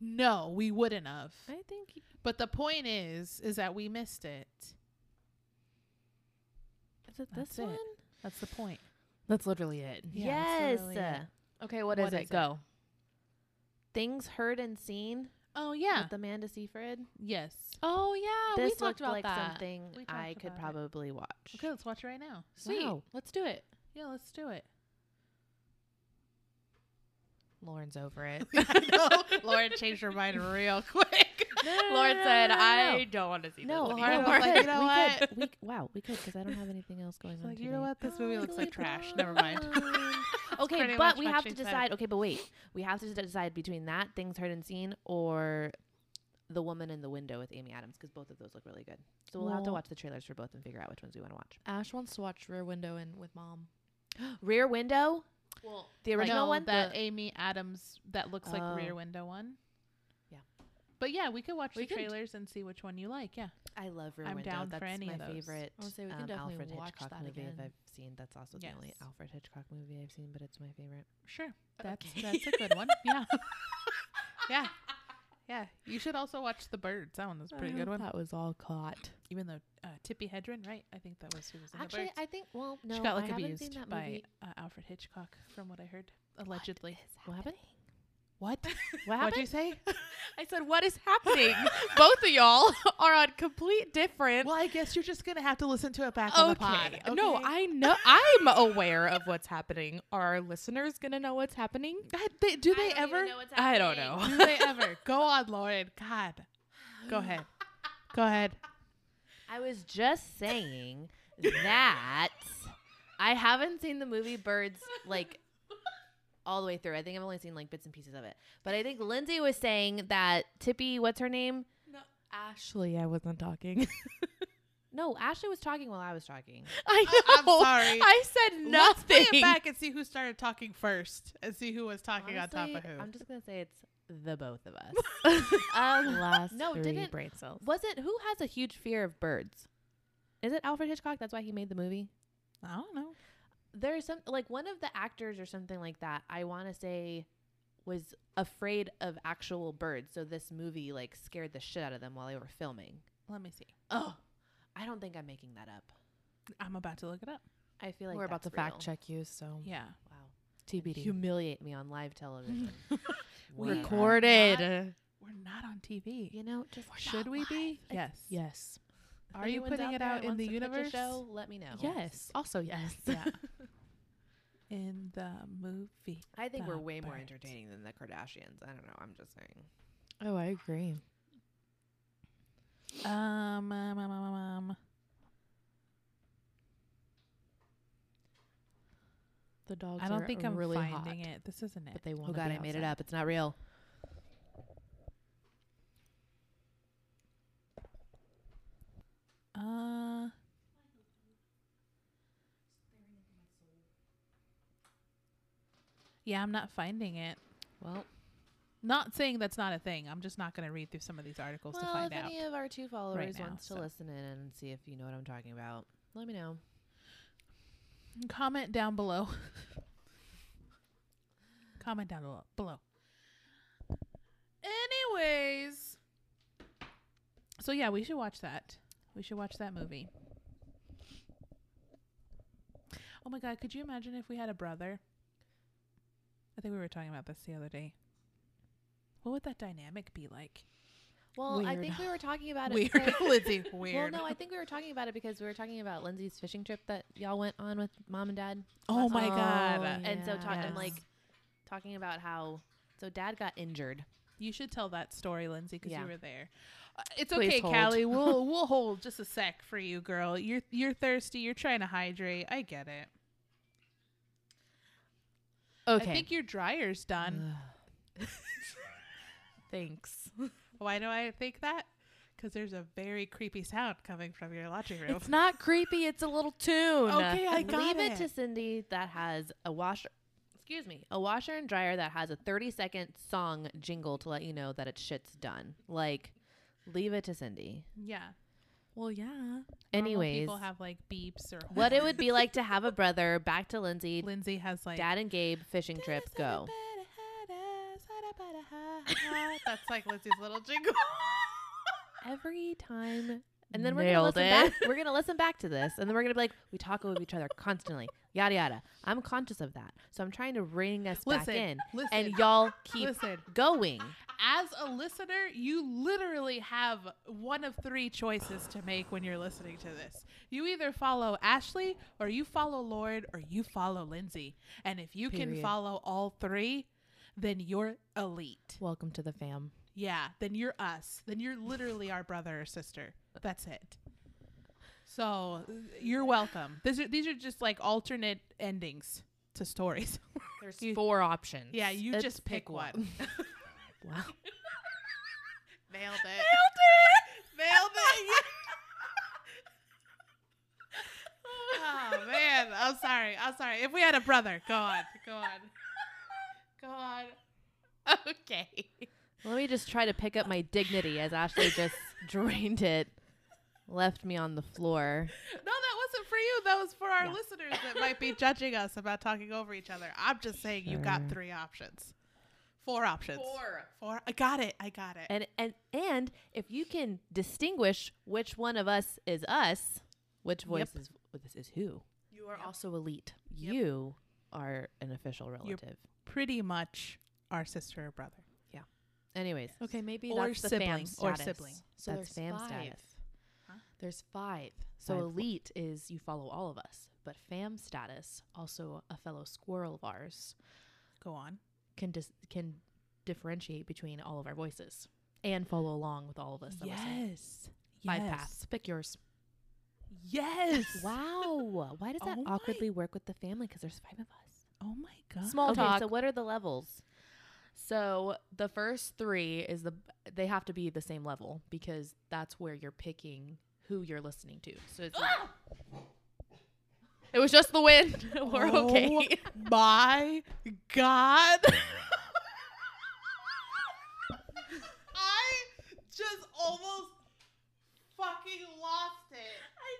Speaker 3: No, we wouldn't have.
Speaker 1: I think y-
Speaker 3: But the point is, is that we missed it.
Speaker 1: is it
Speaker 3: That's
Speaker 1: this
Speaker 3: it.
Speaker 1: one.
Speaker 3: That's the point.
Speaker 2: That's literally it.
Speaker 3: Yeah,
Speaker 1: yes.
Speaker 3: that's literally it.
Speaker 2: Okay,
Speaker 3: What is it?
Speaker 2: Go.
Speaker 1: Things heard and seen
Speaker 3: Oh yeah.
Speaker 1: with Amanda Seyfried.
Speaker 3: yes.
Speaker 2: Oh yeah,
Speaker 1: this
Speaker 2: we talked
Speaker 1: looked
Speaker 2: about
Speaker 1: like
Speaker 2: that.
Speaker 1: something
Speaker 3: We
Speaker 1: I
Speaker 3: talked
Speaker 1: could
Speaker 3: about it.
Speaker 1: probably watch.
Speaker 3: Okay, let's watch it right now.
Speaker 2: Sweet.
Speaker 1: Wow.
Speaker 2: Let's do it.
Speaker 3: Yeah, let's do it.
Speaker 2: Lauren's over it.
Speaker 3: I know. Lauren changed her mind real quick.
Speaker 2: Lauren said, "I
Speaker 1: don't want to see
Speaker 2: this
Speaker 1: No,
Speaker 2: anymore."
Speaker 1: no,
Speaker 3: Lauren
Speaker 1: we
Speaker 3: was like,
Speaker 1: could,
Speaker 3: "You know
Speaker 1: we
Speaker 3: what?"
Speaker 1: Could, we, c- wow, we could because I don't have anything else going on.
Speaker 3: like, you
Speaker 1: today."
Speaker 3: know what? This movie looks like
Speaker 1: Golly
Speaker 3: trash. Never mind.
Speaker 1: darling. okay,
Speaker 3: pretty much
Speaker 1: but we
Speaker 3: what
Speaker 1: have
Speaker 3: she
Speaker 1: to
Speaker 3: said.
Speaker 1: decide. Okay, but wait, we have to decide between that things heard and seen or the woman in the window with Amy Adams because both of those look really good. So we'll, have to
Speaker 2: Well-
Speaker 1: watch the trailers for both and figure out which ones we want to watch.
Speaker 2: Ash wants to watch Rear Window and with mom.
Speaker 1: Rear Window,
Speaker 2: Well,
Speaker 1: the
Speaker 3: Like,
Speaker 1: original
Speaker 3: no,
Speaker 1: one.
Speaker 3: that Amy Adams that looks
Speaker 1: Oh.
Speaker 3: like Rear Window one.
Speaker 1: Yeah.
Speaker 3: But yeah, we could watch
Speaker 2: We
Speaker 3: the
Speaker 2: could.
Speaker 3: trailers and see which one you like. Yeah.
Speaker 1: I love Rear
Speaker 3: I'm
Speaker 1: Window.
Speaker 3: down for
Speaker 1: That's
Speaker 3: any
Speaker 1: my
Speaker 3: of those.
Speaker 1: favorite.
Speaker 2: I would say we can
Speaker 1: um,
Speaker 2: definitely
Speaker 1: Alfred
Speaker 2: watch
Speaker 1: Hitchcock
Speaker 2: that
Speaker 1: movie
Speaker 2: again.
Speaker 1: I've seen. That's also the only
Speaker 3: Yes.
Speaker 1: Alfred Hitchcock movie I've seen, but it's my favorite.
Speaker 3: Sure. That's
Speaker 2: Okay.
Speaker 3: that's a good one. Yeah. yeah. Yeah. You should also watch The Birds. That one was a pretty
Speaker 1: Uh-huh.
Speaker 3: good one.
Speaker 2: That was all caught.
Speaker 3: Even though uh, Tippi Hedren, right? I think that was who was in The
Speaker 2: Actually,
Speaker 3: Birds.
Speaker 2: I think. Well, no,
Speaker 3: she got like
Speaker 2: I haven't
Speaker 3: abused
Speaker 2: seen that
Speaker 3: by
Speaker 2: movie.
Speaker 3: uh, Alfred Hitchcock, from what I heard, allegedly.
Speaker 1: What happened?
Speaker 3: What?
Speaker 1: What
Speaker 3: What'd you
Speaker 1: happened?
Speaker 3: say?
Speaker 2: I said, "What is happening?" Both of y'all are on complete different.
Speaker 3: well, I guess you're just gonna have to listen to it back on the pod.
Speaker 2: okay. No,
Speaker 3: okay?
Speaker 2: I know. I'm aware of what's happening. Are our listeners gonna know what's happening?
Speaker 3: God, they, do
Speaker 1: don't
Speaker 3: they
Speaker 1: even
Speaker 3: ever?
Speaker 1: know what's
Speaker 2: I don't
Speaker 1: happening.
Speaker 2: know.
Speaker 3: Do they ever? Go on, Lauren. God. Go ahead. Go ahead.
Speaker 1: I was just saying that I haven't seen the movie Birds like all the way through. I think I've only seen like bits and pieces of it. But I think Lindsay was saying that Tippy, what's her name?
Speaker 2: Ashley, I wasn't talking.
Speaker 1: No, Ashley was talking while I was talking.
Speaker 2: I
Speaker 3: I- I'm
Speaker 2: know.
Speaker 3: sorry.
Speaker 2: I said
Speaker 3: Let's
Speaker 2: nothing.
Speaker 3: play it back and see who started talking first, and see who was talking on
Speaker 1: Honestly,
Speaker 3: top of who.
Speaker 1: I'm just gonna say it's the both of us. um,
Speaker 2: Last
Speaker 1: No,
Speaker 2: three
Speaker 1: didn't-
Speaker 2: brain cells.
Speaker 1: was it who has a huge fear of birds? Is it Alfred Hitchcock? That's why he made the movie.
Speaker 3: I don't know.
Speaker 1: there's some like one of the actors or something like that i want to say was afraid of actual birds so this movie like scared the shit out of them while they were filming
Speaker 3: Let me see.
Speaker 1: oh i don't think i'm making that up
Speaker 3: I'm about to look it up.
Speaker 1: i feel like
Speaker 2: We're about to
Speaker 1: that's
Speaker 2: fact
Speaker 1: real.
Speaker 2: check you, so
Speaker 3: Yeah.
Speaker 1: wow
Speaker 2: TBD.
Speaker 1: humiliate me on live television
Speaker 3: We
Speaker 1: Wow.
Speaker 3: Record-
Speaker 2: recorded.
Speaker 3: We're not on TV.
Speaker 1: you know just
Speaker 3: Should we be? Yes.
Speaker 2: yes.
Speaker 1: If
Speaker 3: Are you
Speaker 1: anyone's
Speaker 3: putting it
Speaker 1: there
Speaker 3: out
Speaker 1: and
Speaker 3: in
Speaker 1: wants
Speaker 3: the
Speaker 1: to pitch a
Speaker 3: universe?
Speaker 1: show let me know
Speaker 2: Yes. Also yes.
Speaker 3: Yeah. in the movie.
Speaker 1: i think
Speaker 3: The
Speaker 1: we're way more
Speaker 3: birds.
Speaker 1: entertaining than the kardashians i don't know i'm just saying
Speaker 2: oh, I agree.
Speaker 3: Um, um, um, um, um, um.
Speaker 2: The dogs.
Speaker 3: I don't
Speaker 2: are
Speaker 3: think I'm
Speaker 2: really
Speaker 3: finding
Speaker 2: hot,
Speaker 3: it. This isn't
Speaker 2: But
Speaker 3: it.
Speaker 2: they want.
Speaker 1: oh god i made it up it's not real
Speaker 3: Uh. Yeah, I'm not finding it.
Speaker 1: well
Speaker 3: Not saying that's not a thing. I'm just not going to read through some of these articles to
Speaker 1: Well, if
Speaker 3: find out.
Speaker 1: any of our two followers
Speaker 3: now,
Speaker 1: wants
Speaker 3: so.
Speaker 1: to listen in and see if you know what I'm talking about, let me know.
Speaker 3: Comment down below. Comment down below. Below. Anyways, so yeah, we should watch that. We should watch that movie. Oh my god, could you imagine if we had a brother? I think we were talking about this the other day. What would that dynamic be like?
Speaker 1: Well, I
Speaker 2: Weird.
Speaker 1: think we were talking about it.
Speaker 3: Weird,
Speaker 1: because-
Speaker 3: Lindsay.
Speaker 1: well,
Speaker 3: Weird.
Speaker 1: no, I think we were talking about it because we were talking about Lindsay's fishing trip that y'all went on with mom and dad,
Speaker 3: oh
Speaker 1: That's-
Speaker 3: my god.
Speaker 2: Oh,
Speaker 1: and so talking
Speaker 3: Yes.
Speaker 1: like talking about how so dad got injured.
Speaker 3: You should tell that story, Lindsay, because
Speaker 1: Yeah.
Speaker 3: you were there. Uh, it's
Speaker 2: Please
Speaker 3: okay,
Speaker 2: hold.
Speaker 3: Callie. We'll we'll hold just a sec for you, girl. You're you're thirsty. You're trying to hydrate. I get it.
Speaker 2: Okay.
Speaker 3: I think your dryer's done.
Speaker 2: Thanks.
Speaker 3: Why do I think that? Because there's a very creepy sound coming from your laundry room.
Speaker 2: It's not creepy. It's a little tune.
Speaker 3: okay, I got
Speaker 1: Leave it.
Speaker 3: it.
Speaker 1: to Cindy that has a washer. excuse me, a washer and dryer that has a 30 second song jingle to let you know that its shit's done. Like, leave it to Cindy.
Speaker 3: Yeah.
Speaker 2: Well, yeah.
Speaker 3: Normal
Speaker 1: Anyways,
Speaker 3: people have like beeps or
Speaker 1: what it would be like to have a brother, back to Lindsay,
Speaker 3: Lindsay has like
Speaker 1: dad and Gabe, fishing trips, go.
Speaker 3: That's like Lindsay's little jingle.
Speaker 1: Every time. And then we're gonna
Speaker 2: Nailed
Speaker 1: listen
Speaker 2: it.
Speaker 1: back. We're gonna listen back to this, and then we're gonna be like, we talk over each other constantly, yada yada. I'm conscious of that, so I'm trying to ring us back in,
Speaker 3: listen, listen,
Speaker 1: and y'all keep
Speaker 3: listen.
Speaker 1: going.
Speaker 3: As a listener, you literally have one of three choices to make when you're listening to this. You either follow Ashley, or you follow Lord, or you follow Lindsay. And if you can
Speaker 2: Period.
Speaker 3: follow all three, then you're elite.
Speaker 2: Welcome to the fam.
Speaker 3: Yeah, then you're us. Then you're literally our brother or sister. That's it. So you're welcome. These are these are just like alternate endings to stories.
Speaker 2: There's
Speaker 3: You-
Speaker 2: four options.
Speaker 3: Yeah, you
Speaker 1: Let's
Speaker 3: just pick,
Speaker 1: pick
Speaker 3: one.
Speaker 1: one. Wow.
Speaker 3: Nailed it. Nailed it. Nailed it. oh man, I'm sorry. I'm sorry. If we had a brother, go on, go on, go on.
Speaker 2: Okay.
Speaker 1: Let me just try to pick up my dignity as Ashley just drained it, left me on the floor.
Speaker 3: No, that wasn't for you. That was for our
Speaker 1: Yeah.
Speaker 3: listeners that might be judging us about talking over each other. I'm just saying you got
Speaker 1: Sure.
Speaker 3: three options. Four options. Four. I got it. I got it.
Speaker 1: And and and if you can distinguish which one of us is us, which voice
Speaker 3: Yep.
Speaker 1: is this is who?
Speaker 2: You are also elite.
Speaker 3: Yep.
Speaker 1: You are an official relative.
Speaker 3: Pretty much our sister or brother.
Speaker 1: Anyways,
Speaker 2: Okay, maybe
Speaker 3: Or
Speaker 2: that's the fam
Speaker 3: sibling, or
Speaker 2: status.
Speaker 3: sibling.
Speaker 2: So
Speaker 1: That's
Speaker 2: there's
Speaker 1: fam
Speaker 2: five.
Speaker 1: status.
Speaker 3: Huh?
Speaker 2: There's five. So
Speaker 1: Five.
Speaker 2: elite is you follow all of us, but fam status, also a fellow squirrel of ours,
Speaker 3: Go on.
Speaker 2: can dis- can differentiate between all of our voices and follow along with all of us. that we're saying. Five paths. Pick yours.
Speaker 3: Yes.
Speaker 1: wow. Why does that
Speaker 3: Oh my.
Speaker 1: awkwardly work with the family? Because there's five of us.
Speaker 3: Oh my god.
Speaker 2: Small
Speaker 1: okay,
Speaker 2: talk.
Speaker 1: so what are the levels?
Speaker 2: So the first three is the they have to be the same level because that's where you're picking who you're listening to. So it's like- it was just the wind. We're okay.
Speaker 3: Oh my god. I just almost fucking lost it. I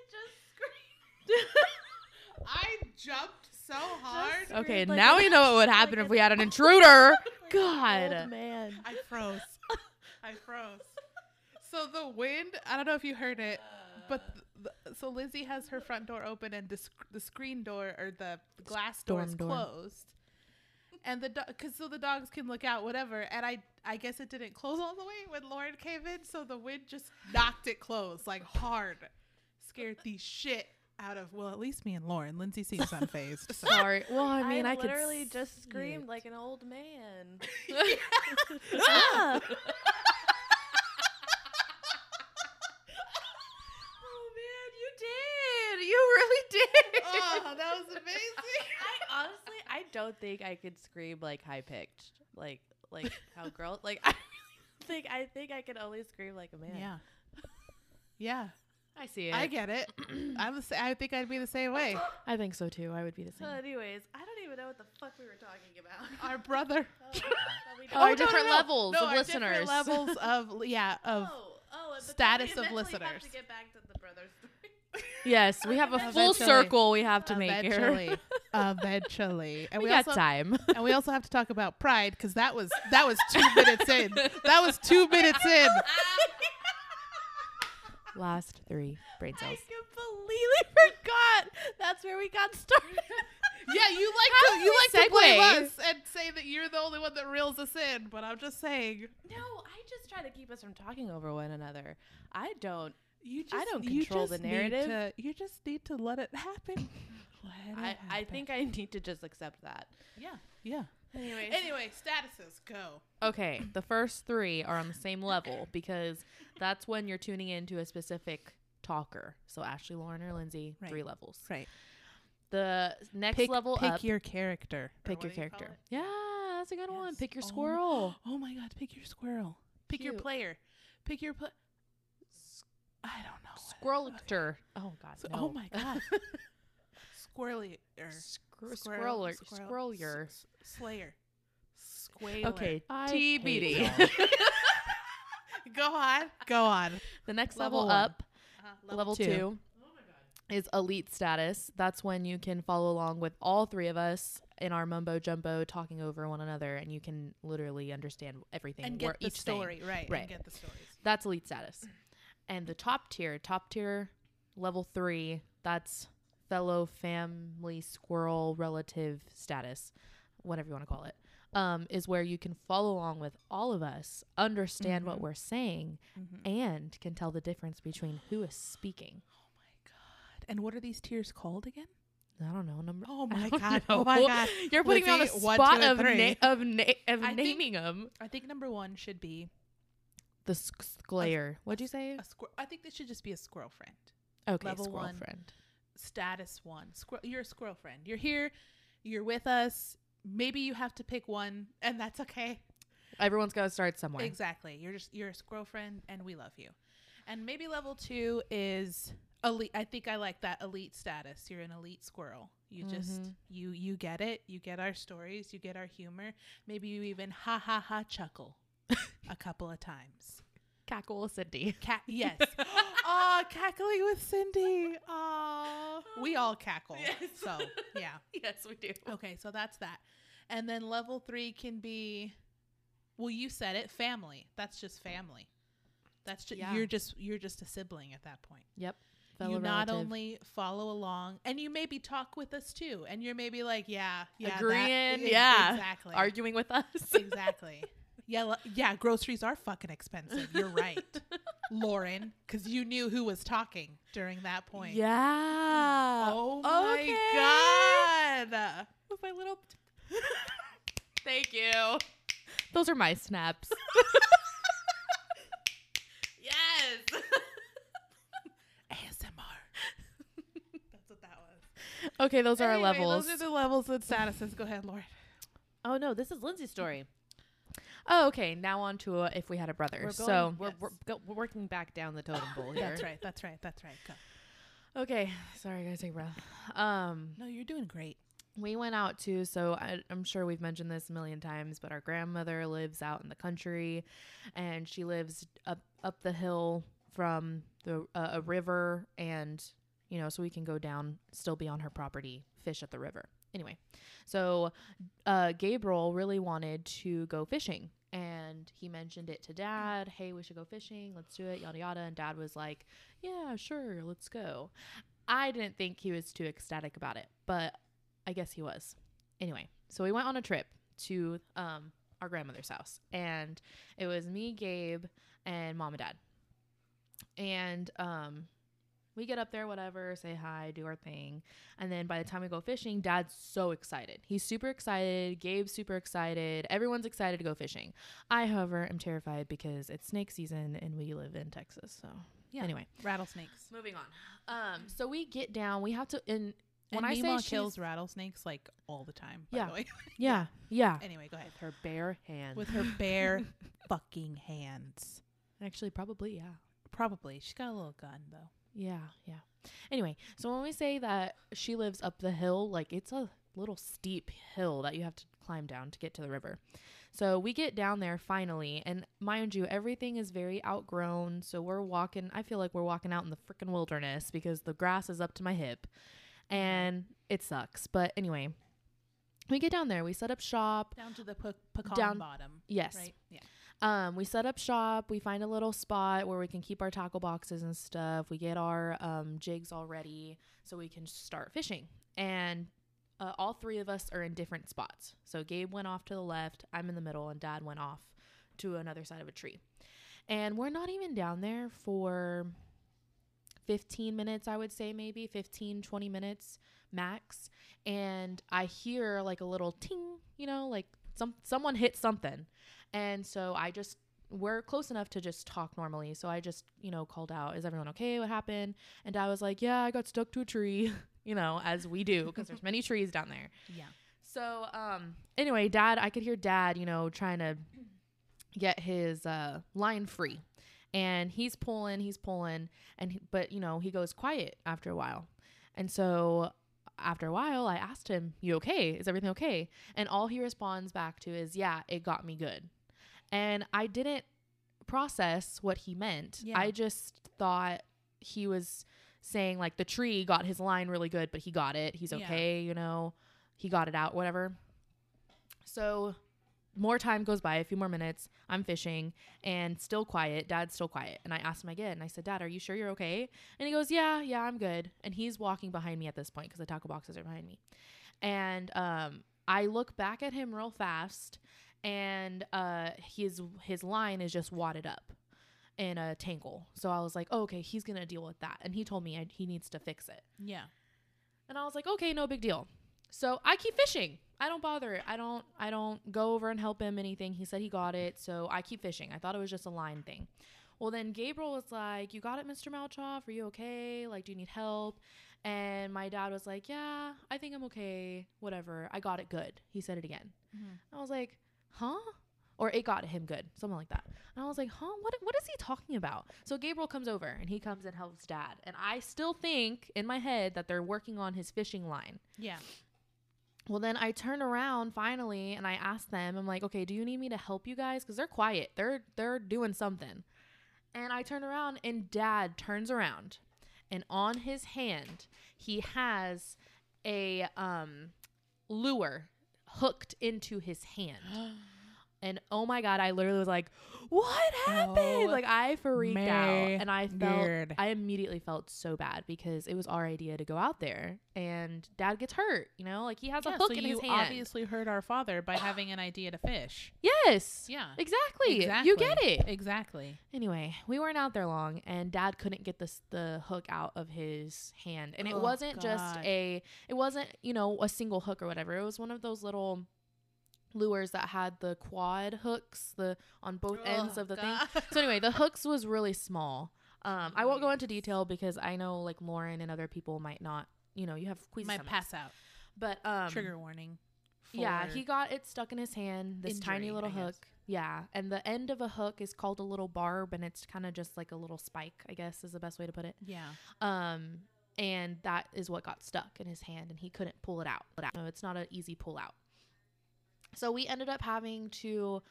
Speaker 3: just screamed. I jumped so hard.
Speaker 2: Okay,
Speaker 1: Like
Speaker 2: now
Speaker 1: an-
Speaker 2: we know what would happen
Speaker 1: like
Speaker 2: if
Speaker 1: an-
Speaker 2: we had an intruder.
Speaker 1: Old
Speaker 2: God.
Speaker 1: man.
Speaker 3: I froze. I froze. So the wind, I don't know if you heard it, but th- th- so Lizzie has her front door open and the, sc- the screen door or the glass door is
Speaker 2: Storm door.
Speaker 3: closed. And the dog, because so the dogs can look out, whatever. And I, I guess it didn't close all the way when Lauren came in, so the wind just knocked it closed like hard, scared the shit out of. Well, at least me and Lauren. Lindsay seems unfazed. so.
Speaker 2: Sorry. Well, I mean, I, could
Speaker 1: literally
Speaker 2: s-
Speaker 1: just screamed
Speaker 2: it.
Speaker 1: like an old man.
Speaker 2: Ah!
Speaker 3: Oh man, you
Speaker 1: Did you really did?
Speaker 3: Oh, that was amazing.
Speaker 1: I honestly, I don't think I could scream like high pitched, like like how girls like. I really think I think I can only scream like a man.
Speaker 3: Yeah. Yeah,
Speaker 2: I see it.
Speaker 3: I
Speaker 2: I,
Speaker 3: get it. I'm the sa- I think I'd be the same way.
Speaker 2: think so too. I would be the
Speaker 1: So,
Speaker 2: same.
Speaker 1: anyways, I don't even know what the fuck we were talking about.
Speaker 3: Our brother.
Speaker 1: Oh, but we
Speaker 2: Oh, our
Speaker 1: don't-
Speaker 2: different levels of
Speaker 3: our different
Speaker 2: listeners.
Speaker 3: levels of yeah of
Speaker 1: oh, oh, but then we
Speaker 3: status of
Speaker 1: eventually Have to
Speaker 3: listeners.
Speaker 1: get back to the brother story.
Speaker 2: Yes, we have a full
Speaker 3: Eventually.
Speaker 2: circle we have to make here.
Speaker 3: eventually, eventually, and
Speaker 2: We,
Speaker 3: we,
Speaker 2: got
Speaker 3: also
Speaker 2: time.
Speaker 3: and we also have to talk about pride because that was that was two minutes in. That was two minutes in.
Speaker 2: Last three brain cells.
Speaker 1: completely forgot. That's where we got started.
Speaker 3: Yeah, you
Speaker 2: How
Speaker 3: like
Speaker 2: did
Speaker 3: to you
Speaker 2: we
Speaker 3: like to blame
Speaker 2: segue?
Speaker 3: us and say that you're the only one that reels us in, but I'm just saying
Speaker 1: no, I just try to keep us from talking over one another. I don't.
Speaker 3: you just
Speaker 1: I don't
Speaker 3: you
Speaker 1: control the
Speaker 3: just need
Speaker 1: narrative.
Speaker 3: to- you just need to let it happen. Let
Speaker 1: I,
Speaker 3: it
Speaker 1: I
Speaker 3: happen.
Speaker 1: think I need to just accept that.
Speaker 3: yeah yeah.
Speaker 1: Anyways,
Speaker 3: Anyway, statuses go.
Speaker 2: Okay, the first three are on the same level because that's when you're tuning into a specific talker. So Ashley, Lauren, or Lindsay,
Speaker 3: Right.
Speaker 2: three levels.
Speaker 3: Right.
Speaker 2: The next
Speaker 3: Pick,
Speaker 2: level
Speaker 3: pick
Speaker 2: up,
Speaker 3: your character. or
Speaker 2: pick
Speaker 3: what
Speaker 2: your
Speaker 3: do you call
Speaker 2: character.
Speaker 3: it?
Speaker 2: Yeah, that's a good one.
Speaker 3: Yes.
Speaker 2: Pick your
Speaker 3: Oh my-
Speaker 2: squirrel.
Speaker 3: Oh my God! Pick your squirrel. Pick your
Speaker 2: Cute.
Speaker 3: player. Pick your pl- I don't know. what-
Speaker 2: Squirrelter. Oh God.
Speaker 3: So-
Speaker 2: no.
Speaker 3: Oh my God. Squirrely.
Speaker 2: Squir- squirreler. Squirrelier.
Speaker 3: Slayer. Squaler.
Speaker 1: Okay,
Speaker 2: I
Speaker 1: TBD.
Speaker 2: hate
Speaker 3: Go on. Go on.
Speaker 2: The next
Speaker 3: Level
Speaker 2: level,
Speaker 3: one.
Speaker 2: up,
Speaker 3: Uh-huh.
Speaker 2: level,
Speaker 1: two.
Speaker 2: two, is elite status. That's when you can follow along with all three of us in our mumbo jumbo talking over one another, and you can literally understand everything
Speaker 3: And
Speaker 2: we're
Speaker 3: get the
Speaker 2: each saying.
Speaker 3: story. Right.
Speaker 2: Right.
Speaker 3: And get the stories.
Speaker 2: That's elite status. And the top tier, top tier level three, that's fellow family squirrel relative status, whatever you want to call it, um, is where you can follow along with all of us, understand what
Speaker 3: Mm-hmm.
Speaker 2: we're saying, and can tell the difference between who is speaking.
Speaker 3: And what are these tiers called again?
Speaker 2: I don't know. Number.
Speaker 3: Oh
Speaker 2: I
Speaker 3: my
Speaker 2: don't
Speaker 3: god. Oh my
Speaker 2: know.
Speaker 3: god.
Speaker 2: You're putting me on
Speaker 3: Lizzie,
Speaker 2: the
Speaker 3: one,
Speaker 2: spot
Speaker 3: two, and
Speaker 2: of, na-
Speaker 3: three.
Speaker 2: of, na- of
Speaker 3: I think-
Speaker 2: naming them.
Speaker 3: I think number one should be
Speaker 2: The sc- sclayer. What'd you say?
Speaker 3: a squirrel. I think this should just be a squirrel friend.
Speaker 2: Okay,
Speaker 3: level
Speaker 2: squirrel
Speaker 3: one.
Speaker 2: friend.
Speaker 3: Status one. Squirrel. You're a squirrel friend. You're here. You're with us. Maybe you have to pick one, and that's okay.
Speaker 2: Everyone's got to start somewhere.
Speaker 3: Exactly. You're just you're a squirrel friend, and we love you. And maybe level two is elite. I think I like that elite status. You're an elite squirrel. You just
Speaker 2: Mhm.
Speaker 3: you you get it. You get our stories. You get our humor. Maybe you even ha ha ha chuckle a couple of times.
Speaker 2: Cackle Cindy.
Speaker 3: Cat. Yes. oh, cackling with Cindy. Oh, we all cackle.
Speaker 2: Yes.
Speaker 3: So yeah.
Speaker 2: Yes, we do.
Speaker 3: Okay, so that's that. And then level three can be, well, you said it, family. That's just family. That's just
Speaker 2: Yeah.
Speaker 3: you're just you're just a sibling at that point.
Speaker 2: Yep.
Speaker 3: you not
Speaker 2: relative.
Speaker 3: only follow along, and you maybe talk with us too, and you're maybe like, yeah, yeah, that-
Speaker 2: Agreeing,
Speaker 3: e-
Speaker 2: yeah.
Speaker 3: exactly,
Speaker 2: arguing with us.
Speaker 3: exactly. Yeah, le- yeah. Groceries are fucking expensive. You're right, Lauren, because you knew who was talking during that point.
Speaker 2: Yeah.
Speaker 3: Oh
Speaker 2: Okay.
Speaker 3: my god.
Speaker 2: With my little. Thank you. Those are my snaps. yes.
Speaker 3: ASMR. That's what that was.
Speaker 2: okay, those are
Speaker 3: Anyway,
Speaker 2: our levels.
Speaker 3: Those are the levels that statuses. Go ahead, Lauren.
Speaker 1: Oh no, this is Lindsay's story.
Speaker 2: oh, okay. Now on to uh, if we had a brother.
Speaker 1: We're going,
Speaker 2: so
Speaker 1: we're,
Speaker 3: Yes.
Speaker 1: we're, go, we're working back down the totem pole here.
Speaker 3: That's right. That's right. That's right. Go.
Speaker 2: okay. Sorry, I gotta take a breath. Um,
Speaker 3: No, you're doing great.
Speaker 2: we went out to so I, i'm sure we've mentioned this a million times but our grandmother lives out in the country and she lives up up the hill from the uh, a river and you know so we can go down still be on her property fish at the river anyway so uh, gabriel really wanted to go fishing and he mentioned it to dad hey we should go fishing let's do it yada yada and dad was like yeah sure let's go i didn't think he was too ecstatic about it but I guess he was. Anyway, so we went on a trip to um, our grandmother's house, and it was me, Gabe, and mom and dad. And um, we get up there, whatever, say hi, do our thing, and then by the time we go fishing, Dad's so excited. He's super excited. Gabe's super excited. Everyone's excited to go fishing. I, however, am terrified because it's snake season and we live in Texas. So
Speaker 3: Yeah.
Speaker 2: anyway,
Speaker 3: Rattlesnakes.
Speaker 2: moving on. Um, so we get down. We have to. And when
Speaker 3: and
Speaker 2: I
Speaker 3: Meemaw
Speaker 2: say
Speaker 3: kills
Speaker 2: she's-
Speaker 3: rattlesnakes like all the time. By
Speaker 2: Yeah.
Speaker 3: The way.
Speaker 2: yeah, yeah.
Speaker 3: anyway, go ahead.
Speaker 1: With her bare hands.
Speaker 3: With her bare fucking hands.
Speaker 2: Actually, probably, yeah.
Speaker 3: Probably. She's got a little gun though.
Speaker 2: Yeah, yeah. Anyway, so when we say that she lives up the hill, like it's a little steep hill that you have to climb down to get to the river. So we get down there finally, and mind you, everything is very outgrown. So we're walking, I feel like we're walking out in the freaking wilderness because the grass is up to my hip and it sucks. But anyway, we get down there, we set up shop,
Speaker 3: Down to the pe- pecan
Speaker 2: Down-
Speaker 3: bottom.
Speaker 2: yes.
Speaker 3: Right. Yeah.
Speaker 2: Um, we set up shop. We find a little spot where we can keep our tackle boxes and stuff. We get our um, jigs all ready so we can start fishing. And uh, all three of us are in different spots. So Gabe went off to the left, I'm in the middle, and Dad went off to another side of a tree. And we're not even down there for 15 minutes, I would say, maybe 15, 20 minutes max. And I hear like a little ting, you know, like some someone hit something. And so I just we're close enough to just talk normally. So I just, you know, called out, "Is everyone okay? What happened?" And I was like, "Yeah, I got stuck to a tree." You know, as we do because there's many trees down there.
Speaker 3: Yeah.
Speaker 2: So, um, anyway, dad, I could hear dad, you know, trying to get his uh, line free. And he's pulling, he's pulling, and he, but you know, he goes quiet after a while. And so after a while, I asked him, "You okay? Is everything okay?" And all he responds back to is, "Yeah, it got me good." And I didn't process what he meant.
Speaker 3: Yeah.
Speaker 2: I just thought he was saying like the tree got his line really good, but he got it. He's
Speaker 3: Yeah.
Speaker 2: okay, you know. He got it out, whatever. So more time goes by, a few more minutes. I'm fishing and still quiet. Dad's still quiet. And I asked him again. And I said, Dad, are you sure you're okay? And he goes, Yeah, yeah, I'm good. And he's walking behind me at this point because the taco boxes are behind me. And um, I look back at him real fast, and uh, his his line is just wadded up in a tangle. So I was like, oh, okay, he's gonna deal with that. And he told me I, he needs to fix it.
Speaker 3: Yeah.
Speaker 2: And I was like, okay, no big deal. So I keep fishing. I don't bother. I don't I don't go over and help him anything. He said he got it, so I keep fishing. I thought it was just a line thing. Well then Gabriel was like, You got it, Mr. Malchoff? Are you okay? Like, do you need help? And my dad was like, Yeah, I think I'm okay. Whatever. I got it good. He said it again.
Speaker 3: Mhm.
Speaker 2: I was like, Huh? Or it got him good, something like that. And I was like, huh, what, what is he talking about? So Gabriel comes over and he comes and helps dad. And I still think in my head that they're working on his fishing line.
Speaker 3: Yeah.
Speaker 2: Well, then I turn around finally and I ask them, I'm like, okay, do you need me to help you guys? Because they're quiet. They're they're doing something. And I turn around and dad turns around and on his hand he has a um lure hooked into his hand. And oh my god, I literally was like, What happened?
Speaker 3: Oh,
Speaker 2: like I freaked out. And I felt
Speaker 3: Weird.
Speaker 2: I immediately felt so bad because it was our idea to go out there and dad gets hurt, you know? Like he has a
Speaker 3: Yeah,
Speaker 2: hook
Speaker 3: so
Speaker 2: in
Speaker 3: you
Speaker 2: his hand.
Speaker 3: obviously hurt our father by having an idea to fish.
Speaker 2: yes.
Speaker 3: Yeah.
Speaker 2: Exactly. You get it.
Speaker 3: Exactly.
Speaker 2: Anyway, we weren't out there long and dad couldn't get this the hook out of his hand. And it
Speaker 3: Oh,
Speaker 2: wasn't just
Speaker 3: God.
Speaker 2: a it wasn't, you know, a single hook or whatever. It was one of those little lures that had the quad hooks, the on both ends of the thing.
Speaker 3: Oh,
Speaker 2: So anyway, the hooks was really small. Um, I won't go into detail because I know like Lauren and other people might not, you know, you have queasy
Speaker 3: might
Speaker 2: stomachs.
Speaker 3: pass out.
Speaker 2: But um,
Speaker 3: Trigger warning.
Speaker 2: Yeah,
Speaker 3: for-
Speaker 2: he got it stuck in his hand. This tiny
Speaker 3: Injury,
Speaker 2: little
Speaker 3: I guess.
Speaker 2: hook. Yeah, and the end of a hook is called a little barb, and it's kind of just like a little spike. I guess is the best way to put it.
Speaker 3: Yeah.
Speaker 2: Um, and that is what got stuck in his hand, and he couldn't pull it out. But no, it's not an easy pull out. So we ended up having to.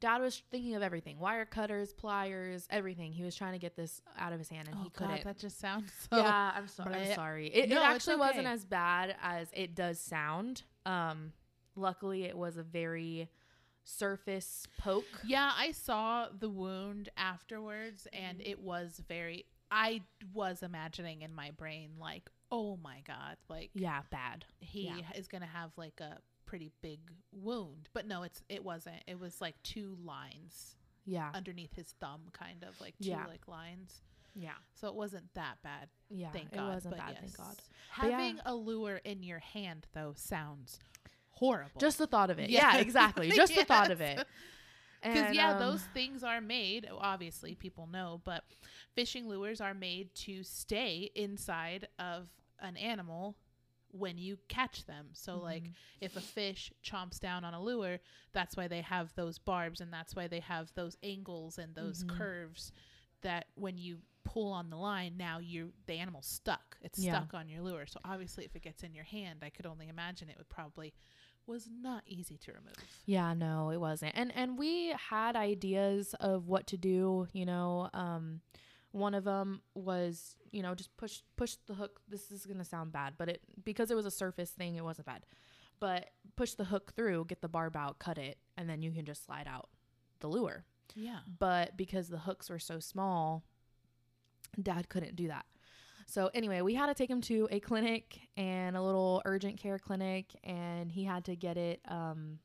Speaker 2: Dad was thinking of everything: wire cutters, pliers, everything. He was trying to get this out of his hand, and
Speaker 3: oh
Speaker 2: he couldn't.
Speaker 3: God, that just sounds so.
Speaker 2: yeah, I'm sorry. I'm
Speaker 3: Bleh.
Speaker 2: sorry. It,
Speaker 3: No,
Speaker 2: it
Speaker 3: it's
Speaker 2: actually wasn't
Speaker 3: okay.
Speaker 2: as bad as it does sound. Um, luckily, it was a very surface poke.
Speaker 3: Yeah, I saw the wound afterwards, and
Speaker 2: Mm-hmm.
Speaker 3: it was very. I was imagining in my brain like, oh my God, like
Speaker 2: Yeah, bad.
Speaker 3: he
Speaker 2: yeah.
Speaker 3: is gonna have like a pretty big wound, but no, it's it wasn't. It was like two lines
Speaker 2: Yeah,
Speaker 3: underneath his thumb, kind of like two
Speaker 2: Yeah.
Speaker 3: like lines.
Speaker 2: yeah,
Speaker 3: So it wasn't that bad.
Speaker 2: yeah.
Speaker 3: Thank
Speaker 2: it
Speaker 3: God.
Speaker 2: wasn't
Speaker 3: but
Speaker 2: bad.
Speaker 3: yes.
Speaker 2: Thank God. But yeah.
Speaker 3: Having a lure in your hand though sounds horrible.
Speaker 2: Just the thought of it.
Speaker 3: Yes.
Speaker 2: Yeah, exactly. Just the thought of
Speaker 3: Yes.
Speaker 2: it.
Speaker 3: Because
Speaker 2: And,
Speaker 3: yeah,
Speaker 2: um,
Speaker 3: those things are made. Obviously, people know, but fishing lures are made to stay inside of an animal when you catch them. So like,
Speaker 2: mm-hmm.
Speaker 3: if a fish chomps down on a lure, that's why they have those barbs and that's why they have those angles and those
Speaker 2: Mhm.
Speaker 3: curves. That when you pull on the line, now you the animal's stuck. It's
Speaker 2: Yeah.
Speaker 3: stuck on your lure. So obviously, if it gets in your hand, I could only imagine it would probably was not easy to remove.
Speaker 2: Yeah, no, it wasn't. And and we had ideas of what to do, you know, um one of them was, you know, just push push the hook. This is going to sound bad, but it because it was a surface thing, it wasn't bad. But push the hook through, get the barb out, cut it, and then you can just slide out the lure.
Speaker 3: Yeah.
Speaker 2: But because the hooks were so small, dad couldn't do that. So anyway, we had to take him to a clinic and a little urgent care clinic, and he had to get it um,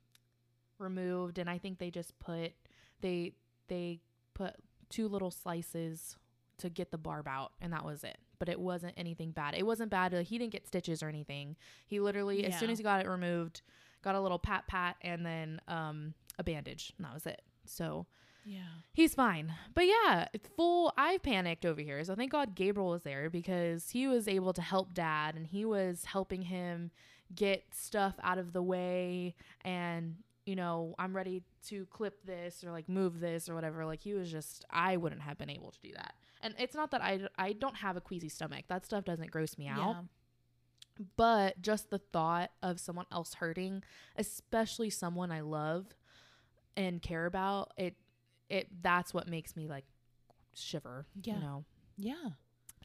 Speaker 2: removed. And I think they just put they they put two little slices to get the barb out, and that was it. But it wasn't anything bad. It wasn't bad. Like, he didn't get stitches or anything. He literally, as soon
Speaker 3: Yeah.
Speaker 2: as he got it removed, got a little pat pat and then um, a bandage, and that was it. So
Speaker 3: Yeah.
Speaker 2: he's fine. But yeah, it's full. I panicked over here. So thank God Gabriel was there because he was able to help dad and he was helping him get stuff out of the way. And, you know, I'm ready to clip this or like move this or whatever. Like he was just, I wouldn't have been able to do that. And it's not that I, I don't have a queasy stomach. That stuff doesn't gross me out.
Speaker 3: Yeah.
Speaker 2: But just the thought of someone else hurting, especially someone I love and care about, it it that's what makes me like shiver.
Speaker 3: Yeah.
Speaker 2: You know.
Speaker 3: Yeah.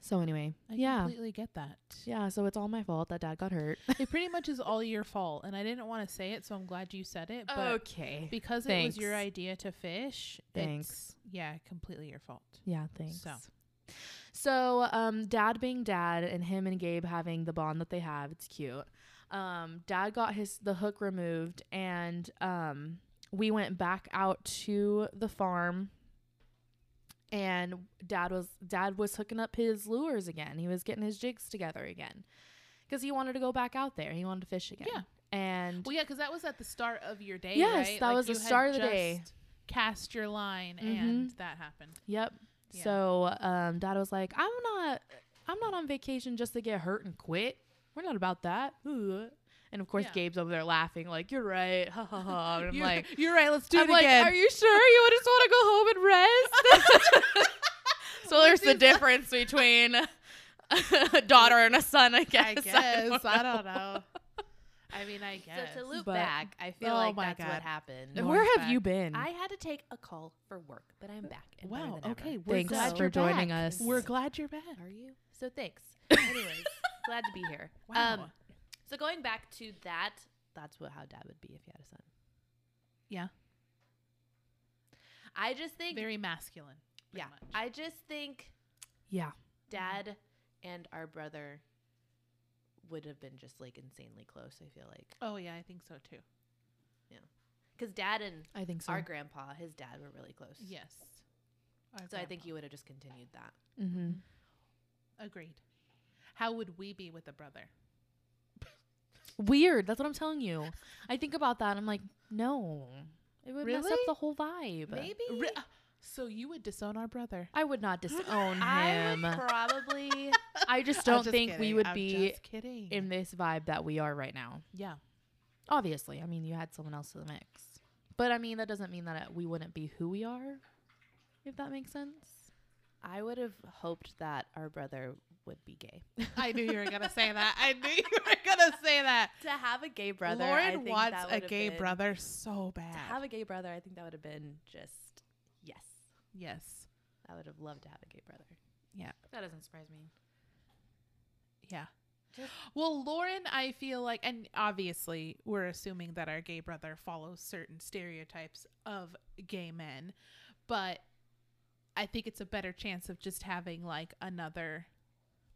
Speaker 2: So anyway,
Speaker 3: I
Speaker 2: yeah.
Speaker 3: completely get that.
Speaker 2: yeah, so it's all my fault that dad got hurt.
Speaker 3: It pretty much is all your fault. And I didn't want to say it, so I'm glad you said it. But
Speaker 2: okay.
Speaker 3: because it was your
Speaker 2: thanks.
Speaker 3: idea to fish,
Speaker 2: Thanks.
Speaker 3: it's yeah, completely your fault.
Speaker 2: Yeah, thanks.
Speaker 3: So.
Speaker 2: So, um, dad being dad and him and Gabe having the bond that they have, it's cute. Um, dad got his the hook removed and um we went back out to the farm and dad was dad was hooking up his lures again. He was getting his jigs together again. Cuz he wanted to go back out there. He wanted to fish again.
Speaker 3: Yeah.
Speaker 2: And
Speaker 3: Well, yeah, because that was at the start of your day.
Speaker 2: Yes,
Speaker 3: right?
Speaker 2: that was the
Speaker 3: you had
Speaker 2: start of the day. Mm-hmm.
Speaker 3: just Cast your line, and that happened.
Speaker 2: Yep.
Speaker 3: Yeah.
Speaker 2: So um, dad was like, I'm not, I'm not on vacation just to get hurt and quit. We're not about that. Ugh." And of course,
Speaker 3: Yeah.
Speaker 2: Gabe's over there laughing, like, you're right. Ha ha ha. And I'm
Speaker 3: you're,
Speaker 2: like,
Speaker 3: you're right. Let's do
Speaker 2: I'm
Speaker 3: it
Speaker 2: like,
Speaker 3: again.
Speaker 2: are you sure you just want to go home and rest? so there's the difference between a daughter and a son, I guess.
Speaker 3: I guess
Speaker 2: don't
Speaker 3: I don't know. I mean, I guess.
Speaker 1: So to loop
Speaker 2: But-
Speaker 1: back, I feel
Speaker 3: Oh
Speaker 1: like
Speaker 3: my
Speaker 1: that's
Speaker 3: God.
Speaker 1: what happened.
Speaker 2: know.
Speaker 3: Lauren's
Speaker 2: Where have
Speaker 3: back.
Speaker 2: you been?
Speaker 1: I had to take a call for work, but I'm back. And better
Speaker 3: Wow.
Speaker 1: than ever.
Speaker 3: Okay. We're
Speaker 2: Thanks
Speaker 3: glad
Speaker 2: for
Speaker 3: you're
Speaker 2: joining
Speaker 3: back.
Speaker 2: us.
Speaker 3: We're glad you're back.
Speaker 1: Are you? So thanks. Anyways, glad to be here. Um,
Speaker 3: Wow.
Speaker 1: so going back to that, that's what how dad would be if he had a son.
Speaker 3: Yeah.
Speaker 1: I just think
Speaker 3: Very masculine. pretty
Speaker 1: yeah.
Speaker 3: much. Mm-hmm.
Speaker 1: I just think
Speaker 2: yeah.
Speaker 1: dad and our brother would have been just like insanely close, I feel like.
Speaker 3: oh yeah, I think so too.
Speaker 1: Cuz dad and
Speaker 2: I think so.
Speaker 1: our grandpa, his dad were really close.
Speaker 3: Yes. Our
Speaker 1: So I think
Speaker 3: grandpa.
Speaker 1: you would have just continued that.
Speaker 2: mm-hmm.
Speaker 3: agreed. How would we be with a brother?
Speaker 2: Weird. That's what I'm telling you. I think about that. And I'm like, no. It would mess up
Speaker 3: Really?
Speaker 2: the whole vibe.
Speaker 3: Re- uh, so you would disown our brother.
Speaker 2: I would not disown
Speaker 1: I
Speaker 2: him.
Speaker 1: would probably
Speaker 2: I just
Speaker 3: I'm
Speaker 2: don't
Speaker 3: just
Speaker 2: think we
Speaker 3: kidding.
Speaker 2: would
Speaker 3: I'm
Speaker 2: be
Speaker 3: just kidding.
Speaker 2: in this vibe that we are right now.
Speaker 3: yeah.
Speaker 2: Obviously, I mean, you had someone else in the mix, but I mean that doesn't mean that uh, we wouldn't be who we are. If that makes sense.
Speaker 1: I would have hoped that our brother would be gay.
Speaker 3: I knew you were gonna say that. I knew you were gonna say that.
Speaker 1: to have a gay brother. I
Speaker 3: Lauren
Speaker 1: think
Speaker 3: wants
Speaker 1: that
Speaker 3: a
Speaker 1: would've
Speaker 3: gay
Speaker 1: been-
Speaker 3: brother so bad.
Speaker 1: To have a gay brother, I think that would have been just yes.
Speaker 3: yes.
Speaker 1: I would have loved to have a gay brother.
Speaker 2: That doesn't surprise me.
Speaker 3: Yeah.
Speaker 1: Just-
Speaker 3: Well, Lauren, I feel like, and obviously, we're assuming that our gay brother follows certain stereotypes of gay men, but I think it's a better chance of just having like another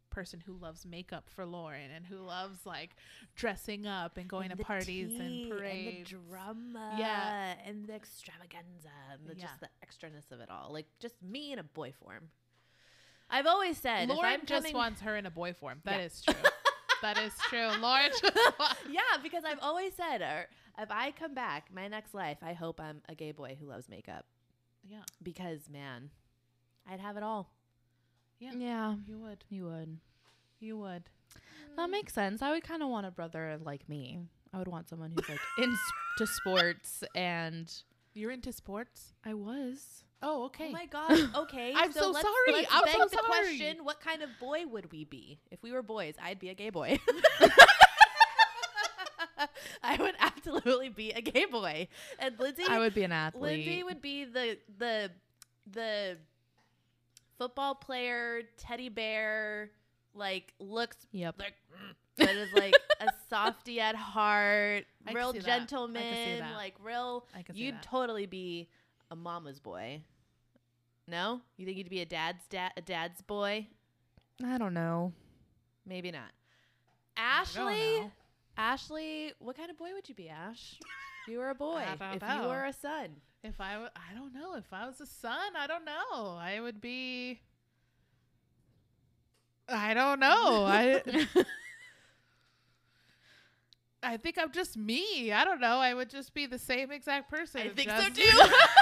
Speaker 3: person who loves makeup for Lauren and who loves like dressing up and going
Speaker 1: And
Speaker 3: to
Speaker 1: the
Speaker 3: parties
Speaker 1: tea
Speaker 3: and
Speaker 1: and the
Speaker 3: parades.
Speaker 1: drama,
Speaker 3: Yeah.
Speaker 1: and the extravaganza, and the,
Speaker 3: Yeah.
Speaker 1: just the extraness of it all. Like just me in a boy form. I've always said, if
Speaker 3: Lauren
Speaker 1: I'm
Speaker 3: just
Speaker 1: coming,
Speaker 3: wants her in a boy form. That
Speaker 1: Yeah.
Speaker 3: is true. that is true. Lauren just wants.
Speaker 1: yeah, because I've always said, or if I come back, my next life, I hope I'm a gay boy who loves makeup.
Speaker 3: Yeah.
Speaker 1: Because man, I'd have it all.
Speaker 3: Yeah.
Speaker 2: Yeah,
Speaker 3: You would.
Speaker 2: you would.
Speaker 3: You would.
Speaker 2: That makes sense. I would kind of want a brother like me. I would want someone who's like into sports, and
Speaker 3: You're into sports?
Speaker 2: I was.
Speaker 3: Oh, okay.
Speaker 1: Oh my god. Okay.
Speaker 3: I'm so
Speaker 1: let's,
Speaker 3: sorry.
Speaker 1: Let's
Speaker 3: I'm
Speaker 1: beg
Speaker 3: so
Speaker 1: the
Speaker 3: sorry.
Speaker 1: question: What kind of boy would we be if we were boys? I'd be a gay boy. I would absolutely be a gay boy, and Lindsay.
Speaker 2: I would be an athlete.
Speaker 1: Lindsay would be the the the football player, teddy bear, like looks
Speaker 2: Yep.
Speaker 1: like mm, but is like a softy at heart,
Speaker 3: I can
Speaker 1: real
Speaker 3: see that. I can see
Speaker 1: gentleman,
Speaker 3: that.
Speaker 1: like real.
Speaker 3: I can see
Speaker 1: You'd
Speaker 3: that.
Speaker 1: totally be a mama's boy. No, you think you'd be a dad's dad, a dad's boy?
Speaker 2: I don't know.
Speaker 1: Maybe not.
Speaker 3: don't
Speaker 1: Ashley,
Speaker 3: know.
Speaker 1: Ashley, what kind of boy would you be, Ash? If you were a boy,
Speaker 3: don't
Speaker 1: if you
Speaker 3: know.
Speaker 1: were a son,
Speaker 3: If I, w- I don't know. If I was a son, I don't know. I would be. I don't know. I. I think I'm just me. I don't know. I would just be the same exact person.
Speaker 1: I think so
Speaker 3: Just-
Speaker 1: too.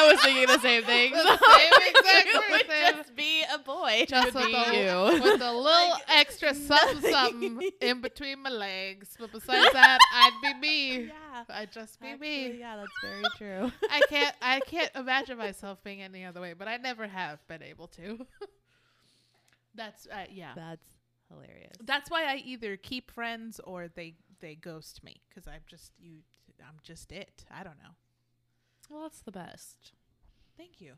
Speaker 2: I was thinking the same thing.
Speaker 3: the same exact
Speaker 1: you would
Speaker 3: person.
Speaker 1: just be a boy.
Speaker 3: Just
Speaker 2: would
Speaker 3: with
Speaker 2: be
Speaker 3: a,
Speaker 2: you.
Speaker 3: with a little
Speaker 1: Like,
Speaker 3: extra something, something
Speaker 1: nothing.
Speaker 3: in between my legs. But besides that, I'd be me.
Speaker 1: yeah.
Speaker 3: I'd just be me.
Speaker 1: Actually, yeah, that's very true.
Speaker 3: I can't I can't imagine myself being any other way, but I never have been able to. That's uh, yeah.
Speaker 1: That's
Speaker 2: Hilarious.
Speaker 3: That's why I either keep friends or they they ghost me because I'm just you. I'm just it. I don't know.
Speaker 2: Well, that's the best.
Speaker 3: Thank you.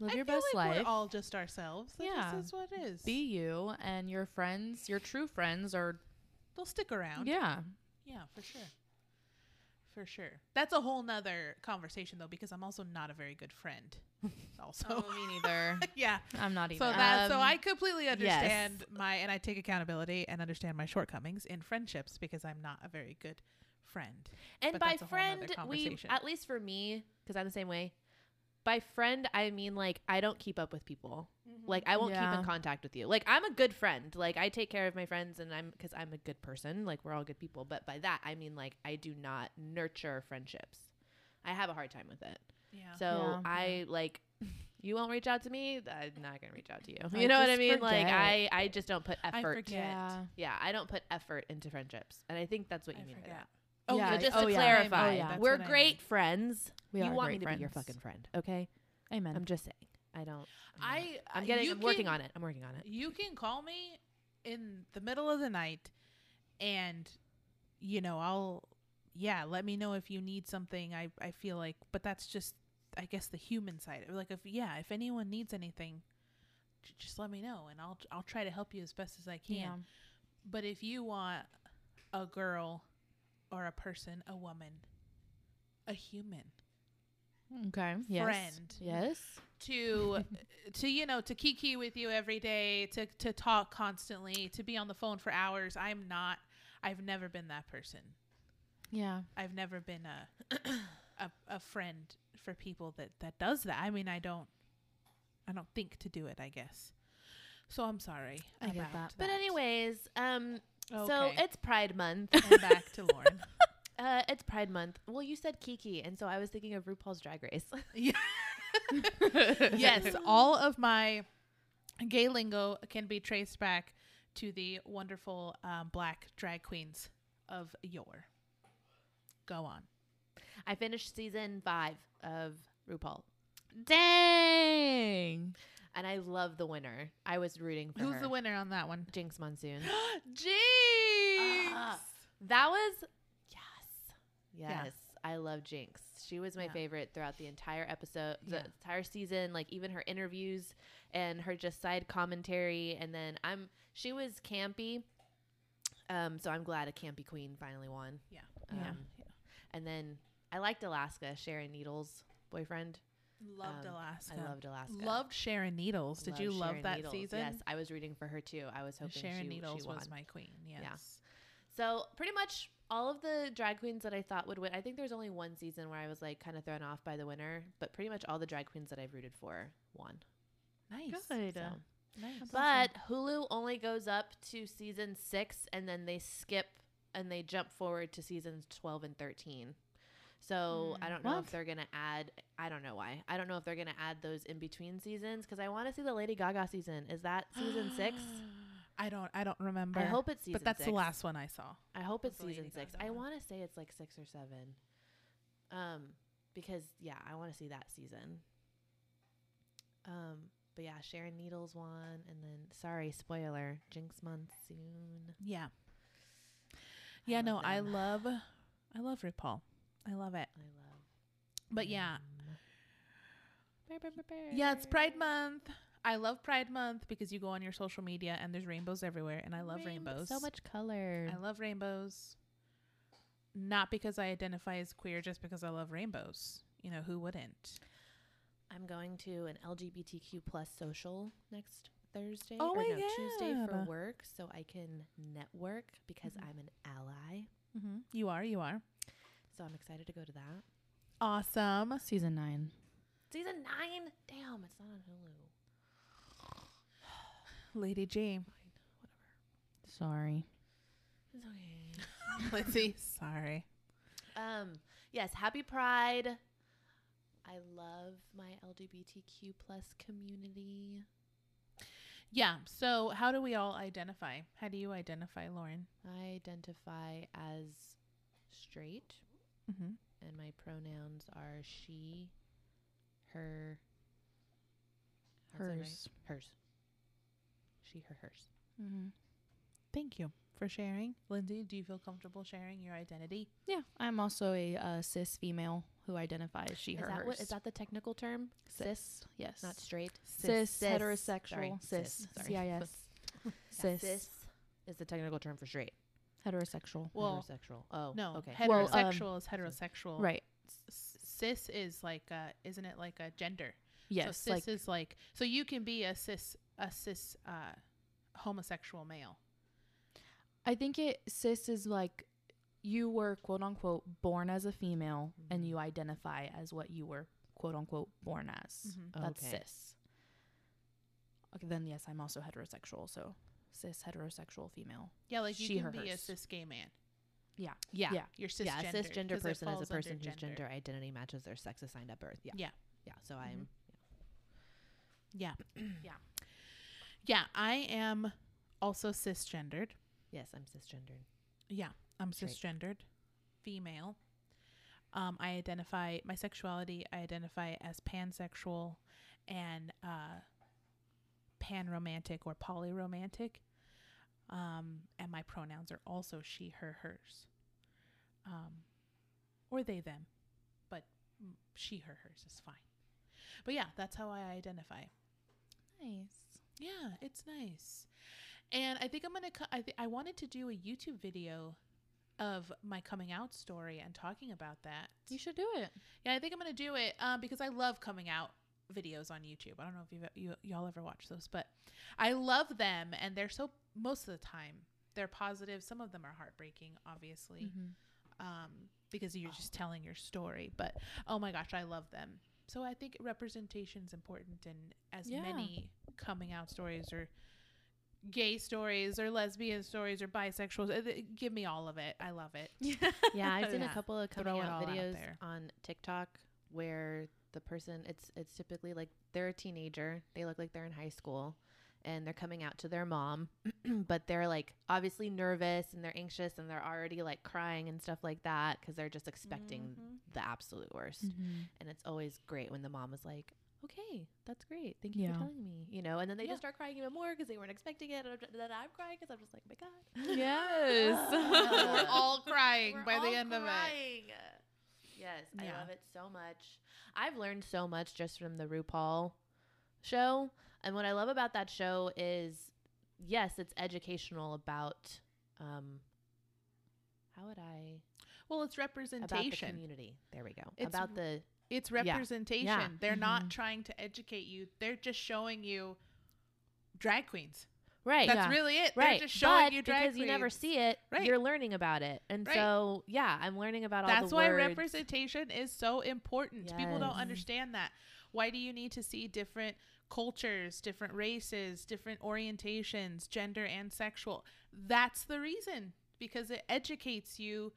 Speaker 2: Live
Speaker 3: I
Speaker 2: your
Speaker 3: feel
Speaker 2: best
Speaker 3: like
Speaker 2: life.
Speaker 3: We're all just ourselves. That yeah,
Speaker 2: Yeah.
Speaker 3: just is what it is.
Speaker 2: be you and your friends, your true friends are
Speaker 3: They'll stick around.
Speaker 2: yeah.
Speaker 3: Yeah, for sure. For sure. That's a whole nother conversation though, because I'm also not a very good friend. Also.
Speaker 2: me neither.
Speaker 3: yeah.
Speaker 2: I'm not even.
Speaker 3: So that so
Speaker 2: Um,
Speaker 3: I completely understand my and I take accountability and understand my shortcomings in friendships because I'm not a very good friend.
Speaker 1: And
Speaker 3: But
Speaker 1: by
Speaker 3: that's a whole nother
Speaker 1: friend, we
Speaker 3: conversation.
Speaker 1: at least for me, because I'm the same way. By friend, I mean like I don't keep up with people.
Speaker 3: Mm-hmm.
Speaker 1: Like I won't keep
Speaker 2: Yeah.
Speaker 1: in contact with you. Like I'm a good friend. Like I take care of my friends, and I'm because I'm a good person. Like we're all good people. But by that, I mean like I do not nurture friendships. I have a hard time with it.
Speaker 3: Yeah.
Speaker 1: So
Speaker 2: Yeah.
Speaker 1: I like. You won't reach out to me. I'm not gonna reach out to you.
Speaker 2: I
Speaker 1: You know what I
Speaker 2: just
Speaker 1: mean? Like
Speaker 2: forget.
Speaker 1: I, I just don't put
Speaker 3: I
Speaker 1: effort.
Speaker 3: forget.
Speaker 2: Yeah.
Speaker 1: Yeah, I don't put effort into friendships, and I think that's what you
Speaker 3: I
Speaker 1: mean by that.
Speaker 3: forget.
Speaker 2: Yeah,
Speaker 1: So
Speaker 2: I-
Speaker 1: just
Speaker 2: oh,
Speaker 1: to
Speaker 2: yeah.
Speaker 1: clarify,
Speaker 2: Oh, yeah.
Speaker 3: That's
Speaker 1: we're
Speaker 3: what I
Speaker 1: great friends.
Speaker 2: We
Speaker 1: you
Speaker 2: are
Speaker 1: want me
Speaker 2: great
Speaker 1: to be your
Speaker 2: friends.
Speaker 1: fucking friend, okay?
Speaker 2: Amen.
Speaker 1: I'm just saying. I uh, don't. I'm not-
Speaker 3: I
Speaker 1: I'm getting.
Speaker 3: you
Speaker 1: I'm working
Speaker 3: can-
Speaker 1: on it. I'm working on it.
Speaker 3: You can call me in the middle of the night and you know, I'll yeah, let me know if you need something. I I feel like but that's just I guess the human side. Like if yeah, if anyone needs anything, j- just let me know and I'll I'll try to help you as best as I can.
Speaker 2: yeah.
Speaker 3: But if you want a girl or a person, a woman, a human
Speaker 2: Mm, Okay. Yes.
Speaker 3: friend
Speaker 2: Yes.
Speaker 3: to to you know to kiki with you every day to to talk constantly to be on the phone for hours i'm not i've never been that person
Speaker 2: Yeah.
Speaker 3: i've never been a a, a friend for people that that does that i mean i don't i don't think to do it i guess so i'm sorry
Speaker 2: I get
Speaker 3: about
Speaker 2: that.
Speaker 1: But anyways, um, so
Speaker 3: Okay.
Speaker 1: it's Pride Month.
Speaker 3: and back to lauren
Speaker 1: Uh, it's Pride Month. Well, you said Kiki, and so I was thinking of RuPaul's Drag Race.
Speaker 3: Yeah. yes, all of my gay lingo can be traced back to the wonderful um, black drag queens of yore. Go on.
Speaker 1: I finished season five of RuPaul,
Speaker 2: Dang.
Speaker 1: and I love the winner. I was rooting for
Speaker 3: Who's
Speaker 1: her.
Speaker 3: the winner on that one?
Speaker 1: Jinx Monsoon.
Speaker 3: Jinx.
Speaker 1: Ah. That was yes,
Speaker 3: Yeah.
Speaker 1: yes. I love Jinx. She was my
Speaker 3: Yeah.
Speaker 1: favorite throughout the entire episode, the
Speaker 3: Yeah.
Speaker 1: entire season. Like even her interviews and her just side commentary, and then I'm she was campy. Um, so I'm glad a campy queen finally won.
Speaker 3: Yeah.
Speaker 1: Um,
Speaker 2: Yeah.
Speaker 1: And then I liked Alaska, Sharon Needles' boyfriend.
Speaker 3: Loved
Speaker 1: Um,
Speaker 3: Alaska.
Speaker 1: I loved Alaska.
Speaker 3: Loved Sharon Needles. Did
Speaker 1: Loved
Speaker 3: you love
Speaker 1: Sharon
Speaker 3: that
Speaker 1: Needles.
Speaker 3: season?
Speaker 1: Yes, I was rooting for her too. I was hoping
Speaker 3: Sharon
Speaker 1: she,
Speaker 3: Needles
Speaker 1: she won.
Speaker 3: was my queen. Yes.
Speaker 1: So pretty much all of the drag queens that I thought would win. I think there's only one season where I was like kind of thrown off by the winner, but pretty much all the drag queens that I've rooted for won.
Speaker 3: Nice.
Speaker 1: So.
Speaker 3: Nice.
Speaker 1: But Hulu only goes up to season six, and then they skip and they jump forward to seasons twelve and thirteen. So
Speaker 3: Hmm.
Speaker 1: I don't know
Speaker 2: What?
Speaker 1: if they're gonna add. I don't know why. I don't know if they're gonna add those in between seasons because I want to see the Lady Gaga season. Is that season six?
Speaker 3: I don't I don't remember.
Speaker 1: I hope it's season.
Speaker 3: But that's
Speaker 1: six.
Speaker 3: the last one I saw.
Speaker 1: I hope
Speaker 3: was
Speaker 1: it's
Speaker 3: the Lady
Speaker 1: season six.
Speaker 3: Gaga
Speaker 1: I
Speaker 3: one.
Speaker 1: want to say it's like six or seven. Um, because yeah, I want to see that season. Um, but yeah, Sharon Needles won, and then sorry, spoiler, Jinx Monsoon.
Speaker 3: Yeah. Yeah,
Speaker 1: love
Speaker 3: no, I
Speaker 1: them.
Speaker 3: love I love RuPaul. I love it.
Speaker 1: I love.
Speaker 3: But yeah.
Speaker 1: them.
Speaker 3: Yeah, it's Pride Month. I love Pride Month because you go on your social media and there's rainbows everywhere and I love
Speaker 1: Rainb-
Speaker 3: rainbows.
Speaker 1: So much color.
Speaker 3: I love rainbows. Not because I identify as queer, just because I love rainbows. You know, who wouldn't?
Speaker 1: I'm going to an LGBTQ plus social next Thursday
Speaker 3: Oh
Speaker 1: or
Speaker 3: my
Speaker 1: no Tuesday for
Speaker 3: God.
Speaker 1: work, so I can network because
Speaker 3: Mhm.
Speaker 1: I'm an ally.
Speaker 3: Mm-hmm. You are, you are.
Speaker 1: So I'm excited to go to that.
Speaker 3: Awesome.
Speaker 2: Season nine.
Speaker 1: Season nine. Damn, it's not on Hulu.
Speaker 3: Lady G.
Speaker 2: Sorry.
Speaker 1: It's okay.
Speaker 3: Lindsay, sorry.
Speaker 1: Um. Yes. Happy Pride. I love my LGBTQ plus community.
Speaker 3: Yeah, so how do we all identify? How do you identify, Lauren?
Speaker 1: I identify as straight,
Speaker 3: Mm-hmm.
Speaker 1: and my pronouns are she, her, that's it, right?
Speaker 2: Hers.
Speaker 1: hers. She, her, hers.
Speaker 3: Mm-hmm. Thank you for sharing, Lindsay. Do you feel comfortable sharing your identity?
Speaker 2: Yeah, I'm also a uh, cis female who identifies she
Speaker 1: Is
Speaker 2: her.
Speaker 1: that what? Is
Speaker 2: hers.
Speaker 1: that the technical term?
Speaker 2: cis? Yes.
Speaker 1: Not straight.
Speaker 2: cis,
Speaker 1: cis.
Speaker 2: heterosexual
Speaker 1: Sorry,
Speaker 2: cis.
Speaker 1: cis. Sorry.
Speaker 2: CIS.
Speaker 1: Yeah,
Speaker 2: cis.
Speaker 1: Cis is the technical term for straight.
Speaker 2: Heterosexual.
Speaker 3: Well,
Speaker 1: heterosexual. Oh,
Speaker 3: no.
Speaker 1: Okay.
Speaker 2: Well, um,
Speaker 3: Heterosexual is heterosexual.
Speaker 2: Right.
Speaker 3: S- Cis is like, uh, isn't it like a gender? So
Speaker 2: Yes.
Speaker 3: cis
Speaker 2: like
Speaker 3: is like so you can be a cis a cis uh, homosexual male.
Speaker 2: I think it cis is like you were quote unquote born as a female and
Speaker 1: Mm-hmm.
Speaker 2: you identify as what you were quote unquote born as.
Speaker 1: Mm-hmm.
Speaker 2: That's
Speaker 1: Okay.
Speaker 2: cis. Okay, then yes, I'm also heterosexual, so cis heterosexual female.
Speaker 3: Yeah, like you
Speaker 2: She,
Speaker 3: can
Speaker 2: her,
Speaker 3: be a
Speaker 2: hers.
Speaker 3: cis gay man.
Speaker 2: Yeah.
Speaker 1: Yeah.
Speaker 2: Yeah.
Speaker 3: You're cisgender.
Speaker 1: Yeah, a cisgender
Speaker 3: 'cause it
Speaker 1: person is a
Speaker 3: falls under
Speaker 1: person whose gender identity matches their sex assigned at birth. Yeah.
Speaker 3: Yeah.
Speaker 1: Yeah. So I'm.
Speaker 3: Yeah.
Speaker 2: Yeah.
Speaker 3: Yeah, I am also cisgendered.
Speaker 1: Yes, I'm cisgendered.
Speaker 3: Yeah, I'm
Speaker 1: Straight.
Speaker 3: cisgendered, female. Um, I identify my sexuality. I identify as pansexual and uh, panromantic or polyromantic. Um, and my pronouns are also she, her, hers, um, or they, them, but mm, she, her, hers is fine. But yeah, that's how I identify.
Speaker 2: Nice.
Speaker 3: Yeah, it's nice. And I think I'm gonna. Co- I th- I wanted to do a YouTube video of my coming out story and talking about that.
Speaker 2: You should do it.
Speaker 3: yeah, I think I'm gonna do it um, because I love coming out videos on YouTube. I don't know if you've, you y'all ever watch those, but I love them, and they're so most of the time they're positive. Some of them are heartbreaking, obviously
Speaker 2: Mm-hmm.
Speaker 3: um, because
Speaker 1: Oh.
Speaker 3: you're just telling your story. But oh my gosh, I love them. So I think representation's important, and as
Speaker 2: Yeah.
Speaker 3: many coming out stories or gay stories or lesbian stories or bisexuals, uh, th- give me all of it. I love it.
Speaker 2: Mm-hmm.
Speaker 1: yeah, I've seen
Speaker 3: Yeah.
Speaker 1: a couple of coming
Speaker 3: Throw it
Speaker 1: out
Speaker 3: all out
Speaker 1: videos
Speaker 3: there.
Speaker 1: on TikTok where the person it's it's typically like they're a teenager, they look like they're in high school, and they're coming out to their mom, but they're like obviously nervous and they're anxious and they're already like crying and stuff like that because they're just expecting
Speaker 3: Mhm.
Speaker 1: the absolute worst. And it's always great when the mom is like. Okay, that's great. Thank you
Speaker 2: Yeah.
Speaker 1: for telling me. You know, and then they
Speaker 3: Yeah.
Speaker 1: just start crying even more because they weren't expecting it. And then I'm crying because I'm just like, "Oh my God.
Speaker 2: Yes.
Speaker 3: We're all crying
Speaker 1: We're
Speaker 3: by
Speaker 1: all
Speaker 3: the end of it.
Speaker 1: crying. Yes,
Speaker 3: Yeah.
Speaker 1: I love it so much. I've learned so much just from the RuPaul show. And what I love about that show is, yes, it's educational about um, how would I
Speaker 3: Well, it's
Speaker 1: about the
Speaker 3: representation.
Speaker 1: community. There we go.
Speaker 3: It's
Speaker 1: about the
Speaker 3: It's
Speaker 1: Yeah. Mm-hmm. Yeah.
Speaker 3: representation. They're not
Speaker 2: Mhm.
Speaker 3: trying to educate you. They're just showing you drag queens.
Speaker 1: right,
Speaker 3: That's
Speaker 2: Yeah.
Speaker 3: really it.
Speaker 1: right.
Speaker 3: They're just showing
Speaker 1: but
Speaker 3: you drag
Speaker 1: because
Speaker 3: queens.
Speaker 1: you never see it,
Speaker 3: Right.
Speaker 1: you're learning about it. And
Speaker 3: Right.
Speaker 1: so, yeah, I'm learning about all
Speaker 3: That's
Speaker 1: the
Speaker 3: why
Speaker 1: words.
Speaker 3: representation is so important. People don't
Speaker 1: Yes.
Speaker 3: understand that. Why do you need to see different cultures, different races, different orientations, gender and sexual? That's the reason because it educates you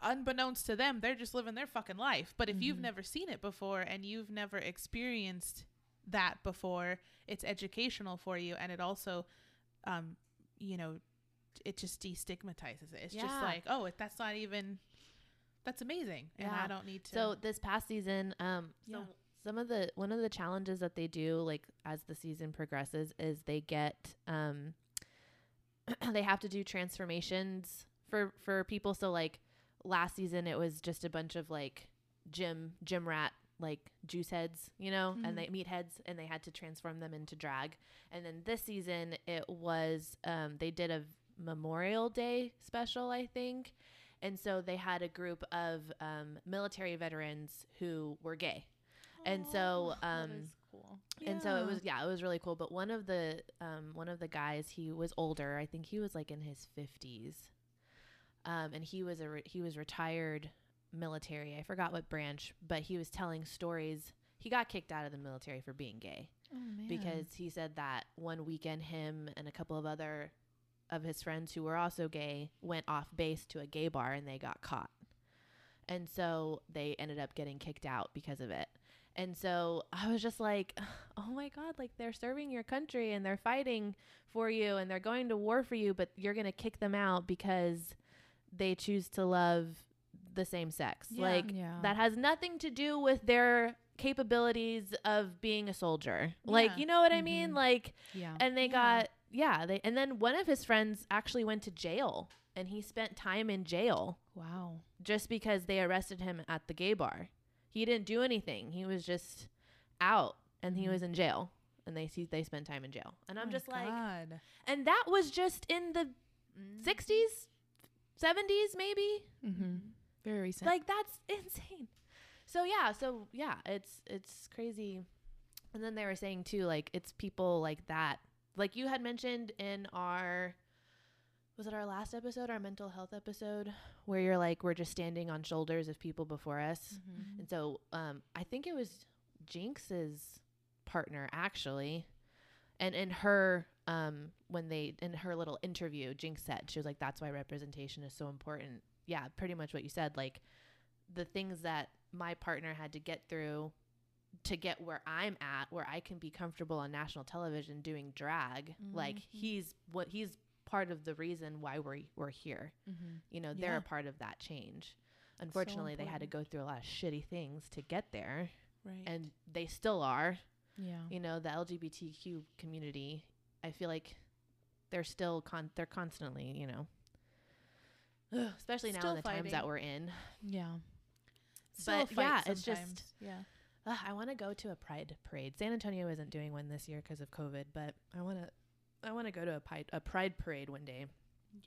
Speaker 3: unbeknownst to them. They're just living their fucking life. But if
Speaker 1: Mm-hmm.
Speaker 3: you've
Speaker 2: Mhm.
Speaker 3: never seen it before and you've never experienced that before, it's educational for you and it also um you know it just destigmatizes it. It's just
Speaker 1: Yeah.
Speaker 3: like, oh, it- that's not even that's amazing, and I
Speaker 1: Yeah.
Speaker 3: don't need to.
Speaker 1: So this past season, um, so
Speaker 3: Yeah.
Speaker 1: some of the one of the challenges that they do, like as the season progresses, is they get um, they have to do transformations for for people. So like last season, it was just a bunch of like gym gym rat like juice heads, you know, and they meat heads, and they had to transform them into drag. And then this season, it was um, they did a Memorial Day special, I think, and so they had a group of um, military veterans who were gay. And so, um,
Speaker 2: cool.
Speaker 1: and so it was, yeah, it was really cool. But one of the, um, one of the guys, he was older. I think he was like in his fifties, um, and he was a re- he was retired military. I forgot what branch, but he was telling stories. He got kicked out of the military for being gay
Speaker 2: Oh,
Speaker 1: because he said that one weekend him and a couple of other of his friends who were also gay went off base to a gay bar and they got caught. And so they ended up getting kicked out because of it. And so I was just like, oh my God, like they're serving your country and they're fighting for you and they're going to war for you, but you're going to kick them out because they choose to love the same sex.
Speaker 3: Yeah.
Speaker 1: Like
Speaker 2: yeah.
Speaker 1: that has nothing to do with their capabilities of being a soldier.
Speaker 3: Yeah. Mm-hmm.
Speaker 1: Like, you know what I
Speaker 2: Mhm.
Speaker 1: mean? Like,
Speaker 2: yeah.
Speaker 1: and they
Speaker 3: Yeah.
Speaker 1: got, yeah, they, and then one of his friends actually went to jail, and he spent time in jail
Speaker 2: Wow.
Speaker 1: just because they arrested him at the gay bar. He didn't do anything. He was just out, and
Speaker 3: Mm-hmm.
Speaker 1: he was in jail. And they see they spent time in jail. And I'm just like,
Speaker 3: Oh God. Mm-hmm.
Speaker 1: and that was just in the 60s, 70s, maybe.
Speaker 2: Mm-hmm. Very recent.
Speaker 1: Like that's insane. So yeah, so yeah, it's it's crazy. And then they were saying too, like it's people like that, like you had mentioned in our, was it our last episode, our mental health episode, where you're like we're just standing on shoulders of people before us,
Speaker 2: Mm-hmm.
Speaker 1: and so um, I think it was Jinx's partner actually, and in her um when they in her little interview, Jinx said she was like that's why representation is so important. Yeah, pretty much what you said, like the things that my partner had to get through to get where I'm at, where I can be comfortable on national television doing drag. Like he's what he's part of the reason why we're we're here.
Speaker 2: Mm-hmm.
Speaker 1: You know, they're
Speaker 3: Yeah.
Speaker 1: a part of that change. Unfortunately, they had to go through a lot of shitty things to get there,
Speaker 3: Right.
Speaker 1: and they still are.
Speaker 2: yeah.
Speaker 1: You know, the LGBTQ community, I feel like they're still con they're constantly, you know, ugh, especially now
Speaker 3: Still
Speaker 1: in the times that
Speaker 3: fighting.
Speaker 1: we're in.
Speaker 2: Yeah.
Speaker 3: Still a
Speaker 1: but yeah,
Speaker 3: fight
Speaker 1: it's just-
Speaker 3: sometimes. yeah.
Speaker 1: Ugh, I want to go to a pride parade. San Antonio isn't doing one this year because of COVID, but I want to I want to go to a pride, a pride parade one day,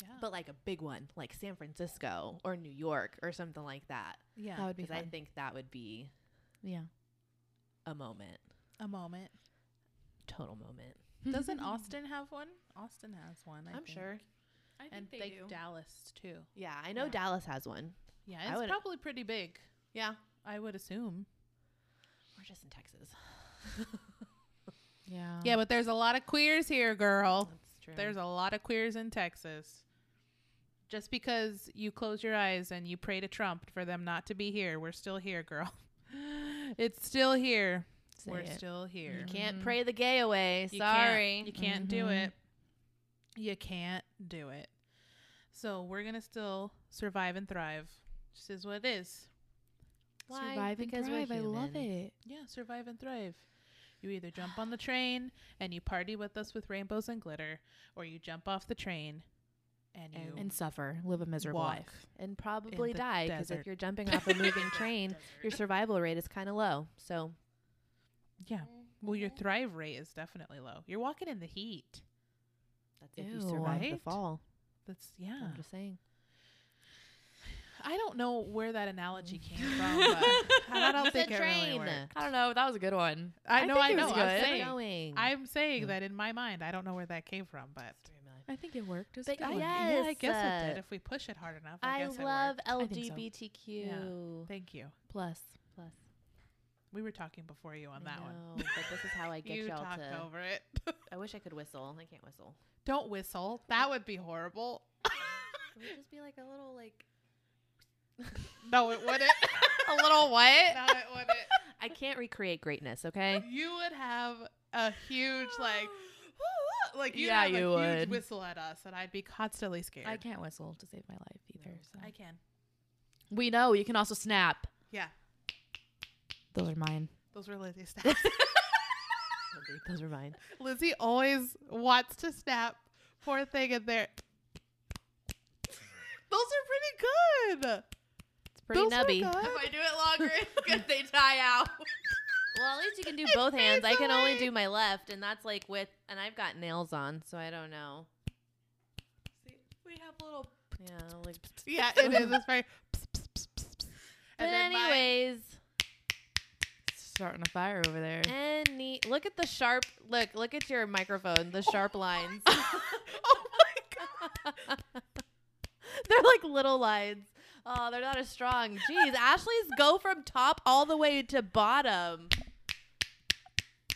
Speaker 3: Yeah.
Speaker 1: but like a big one, like San Francisco or New York or something like that.
Speaker 3: yeah.
Speaker 2: That would be
Speaker 1: Because I
Speaker 2: fun.
Speaker 1: think that would be
Speaker 2: yeah.
Speaker 1: a moment,
Speaker 3: a moment.
Speaker 1: total moment.
Speaker 3: Doesn't Austin have one? Austin has one. I
Speaker 1: I'm
Speaker 3: think.
Speaker 1: sure.
Speaker 5: I think
Speaker 3: And
Speaker 5: they
Speaker 3: like
Speaker 5: do.
Speaker 3: Dallas too.
Speaker 1: Yeah, I know
Speaker 3: Yeah.
Speaker 1: Dallas has one. I
Speaker 3: Yeah, it's
Speaker 1: would-
Speaker 3: probably pretty big.
Speaker 1: Yeah,
Speaker 3: I would assume.
Speaker 1: we're just in Texas. Um,
Speaker 2: Yeah.
Speaker 3: Yeah, but there's a lot of queers here, girl.
Speaker 1: That's true.
Speaker 3: There's a lot of queers in Texas. Just because you close your eyes and you pray to Trump for them not to be here, we're still here, girl. It's still here.
Speaker 2: Say
Speaker 3: we're
Speaker 2: it.
Speaker 3: still
Speaker 1: you
Speaker 3: here.
Speaker 1: can't pray the gay away.
Speaker 3: You can't-
Speaker 1: Sorry.
Speaker 3: you can't do
Speaker 2: Mhm.
Speaker 3: it. You can't do it. So we're gonna still survive and thrive. Just is what it is.
Speaker 1: Why?
Speaker 2: Survive
Speaker 1: Because
Speaker 2: and
Speaker 1: we're
Speaker 2: thrive. I love
Speaker 1: human.
Speaker 2: it.
Speaker 3: Yeah, survive and thrive. You either jump on the train and you party with us with rainbows and glitter, or you jump off the train and you
Speaker 1: And-
Speaker 2: And suffer. Live a miserable
Speaker 3: walk.
Speaker 2: life.
Speaker 1: and probably
Speaker 3: the
Speaker 1: die because
Speaker 3: desert.
Speaker 1: if you're jumping off a moving train, your survival rate is kind of low. So
Speaker 3: Yeah. Well, your thrive rate is definitely low. You're walking in the heat.
Speaker 1: that's if you
Speaker 2: Ew.
Speaker 1: survive the
Speaker 3: Right?
Speaker 1: fall.
Speaker 3: That's yeah.
Speaker 1: I'm just saying.
Speaker 3: I don't know where that analogy came from. But I don't think it really worked.
Speaker 2: I don't know. That was a good one.
Speaker 3: I know. I,
Speaker 2: think it
Speaker 3: know.
Speaker 2: was
Speaker 3: I'm
Speaker 2: good.
Speaker 3: saying.
Speaker 1: going.
Speaker 3: I'm saying that in my mind. I don't know where that came from, but
Speaker 2: I think it worked. It was a
Speaker 1: But
Speaker 2: good
Speaker 1: I-
Speaker 2: one.
Speaker 1: yeah.
Speaker 3: yeah, I
Speaker 1: Oh, Yes,
Speaker 3: guess
Speaker 1: uh,
Speaker 3: it did. If we push it hard enough, I,
Speaker 1: I
Speaker 3: guess it
Speaker 1: love
Speaker 3: worked.
Speaker 2: I think so.
Speaker 1: LGBTQ
Speaker 3: Thank you.
Speaker 2: Plus.
Speaker 1: plus.
Speaker 3: We were talking before you on
Speaker 1: I
Speaker 3: that one.
Speaker 1: know, but this is how I get
Speaker 3: you
Speaker 1: y'all
Speaker 3: talked
Speaker 1: to.
Speaker 3: over it.
Speaker 1: I wish I could whistle. I can't whistle.
Speaker 3: Don't whistle. That would be horrible.
Speaker 1: Can we just be like a little like?
Speaker 3: no, it wouldn't.
Speaker 2: A little what?
Speaker 3: no, it wouldn't.
Speaker 1: I can't recreate greatness. Okay.
Speaker 3: You would have a huge like, like you
Speaker 2: Yeah,
Speaker 3: have
Speaker 2: you
Speaker 3: a huge
Speaker 2: would.
Speaker 3: whistle at us, and I'd be constantly scared.
Speaker 2: I can't whistle to save my life either. so.
Speaker 3: I can.
Speaker 2: we know you can also snap.
Speaker 3: Yeah,
Speaker 2: Those are mine.
Speaker 3: those were Lizzie's snaps.
Speaker 1: Those were mine.
Speaker 3: Lizzie always wants to snap. Poor thing in there. Those are pretty good.
Speaker 1: It's pretty
Speaker 3: Those are
Speaker 1: nubby.
Speaker 3: good.
Speaker 2: I do it longer, it's good they die out.
Speaker 1: Well, at least you can do
Speaker 3: It
Speaker 1: both hands. I
Speaker 3: fades
Speaker 1: can only
Speaker 3: away.
Speaker 1: do my left, and that's like with. And I've got nails on, so I don't know.
Speaker 5: We have little.
Speaker 1: Yeah. Like,
Speaker 3: Yeah, it is. It's very.
Speaker 1: but
Speaker 3: then mine-
Speaker 1: anyways.
Speaker 2: Starting a fire over there.
Speaker 1: Any look at the sharp look, look at your microphone, the sharp lines.
Speaker 3: oh my god.
Speaker 1: they're like little lines. Oh, they're not as strong. Jeez, Ashley's go from top all the way to bottom.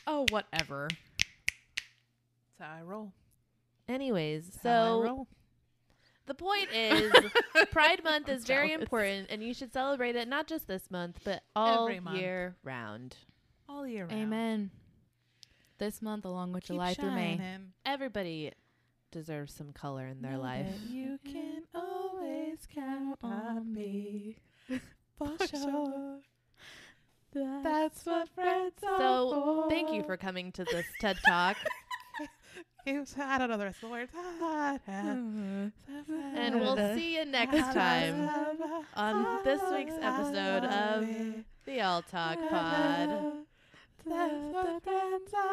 Speaker 2: Oh, whatever.
Speaker 3: That's how I roll.
Speaker 1: Anyways,
Speaker 3: That's how I
Speaker 1: so
Speaker 3: roll.
Speaker 1: the point is Pride Month is very
Speaker 2: jealous.
Speaker 1: important and you should celebrate it not just this month, but all
Speaker 3: Every month.
Speaker 1: year round.
Speaker 3: all year round.
Speaker 2: Amen. This month, along with
Speaker 3: Keep
Speaker 2: July through May.
Speaker 3: shining.
Speaker 1: Everybody deserves some color in their
Speaker 3: Know
Speaker 1: life.
Speaker 3: that You can always count on me for sure. That's what friends are
Speaker 1: So, Thank you
Speaker 3: for.
Speaker 1: for coming to this TED Talk.
Speaker 3: It was- I don't know the rest of the words.
Speaker 1: And we'll see you next time on this week's episode of the All Talk Pod.
Speaker 3: The friends I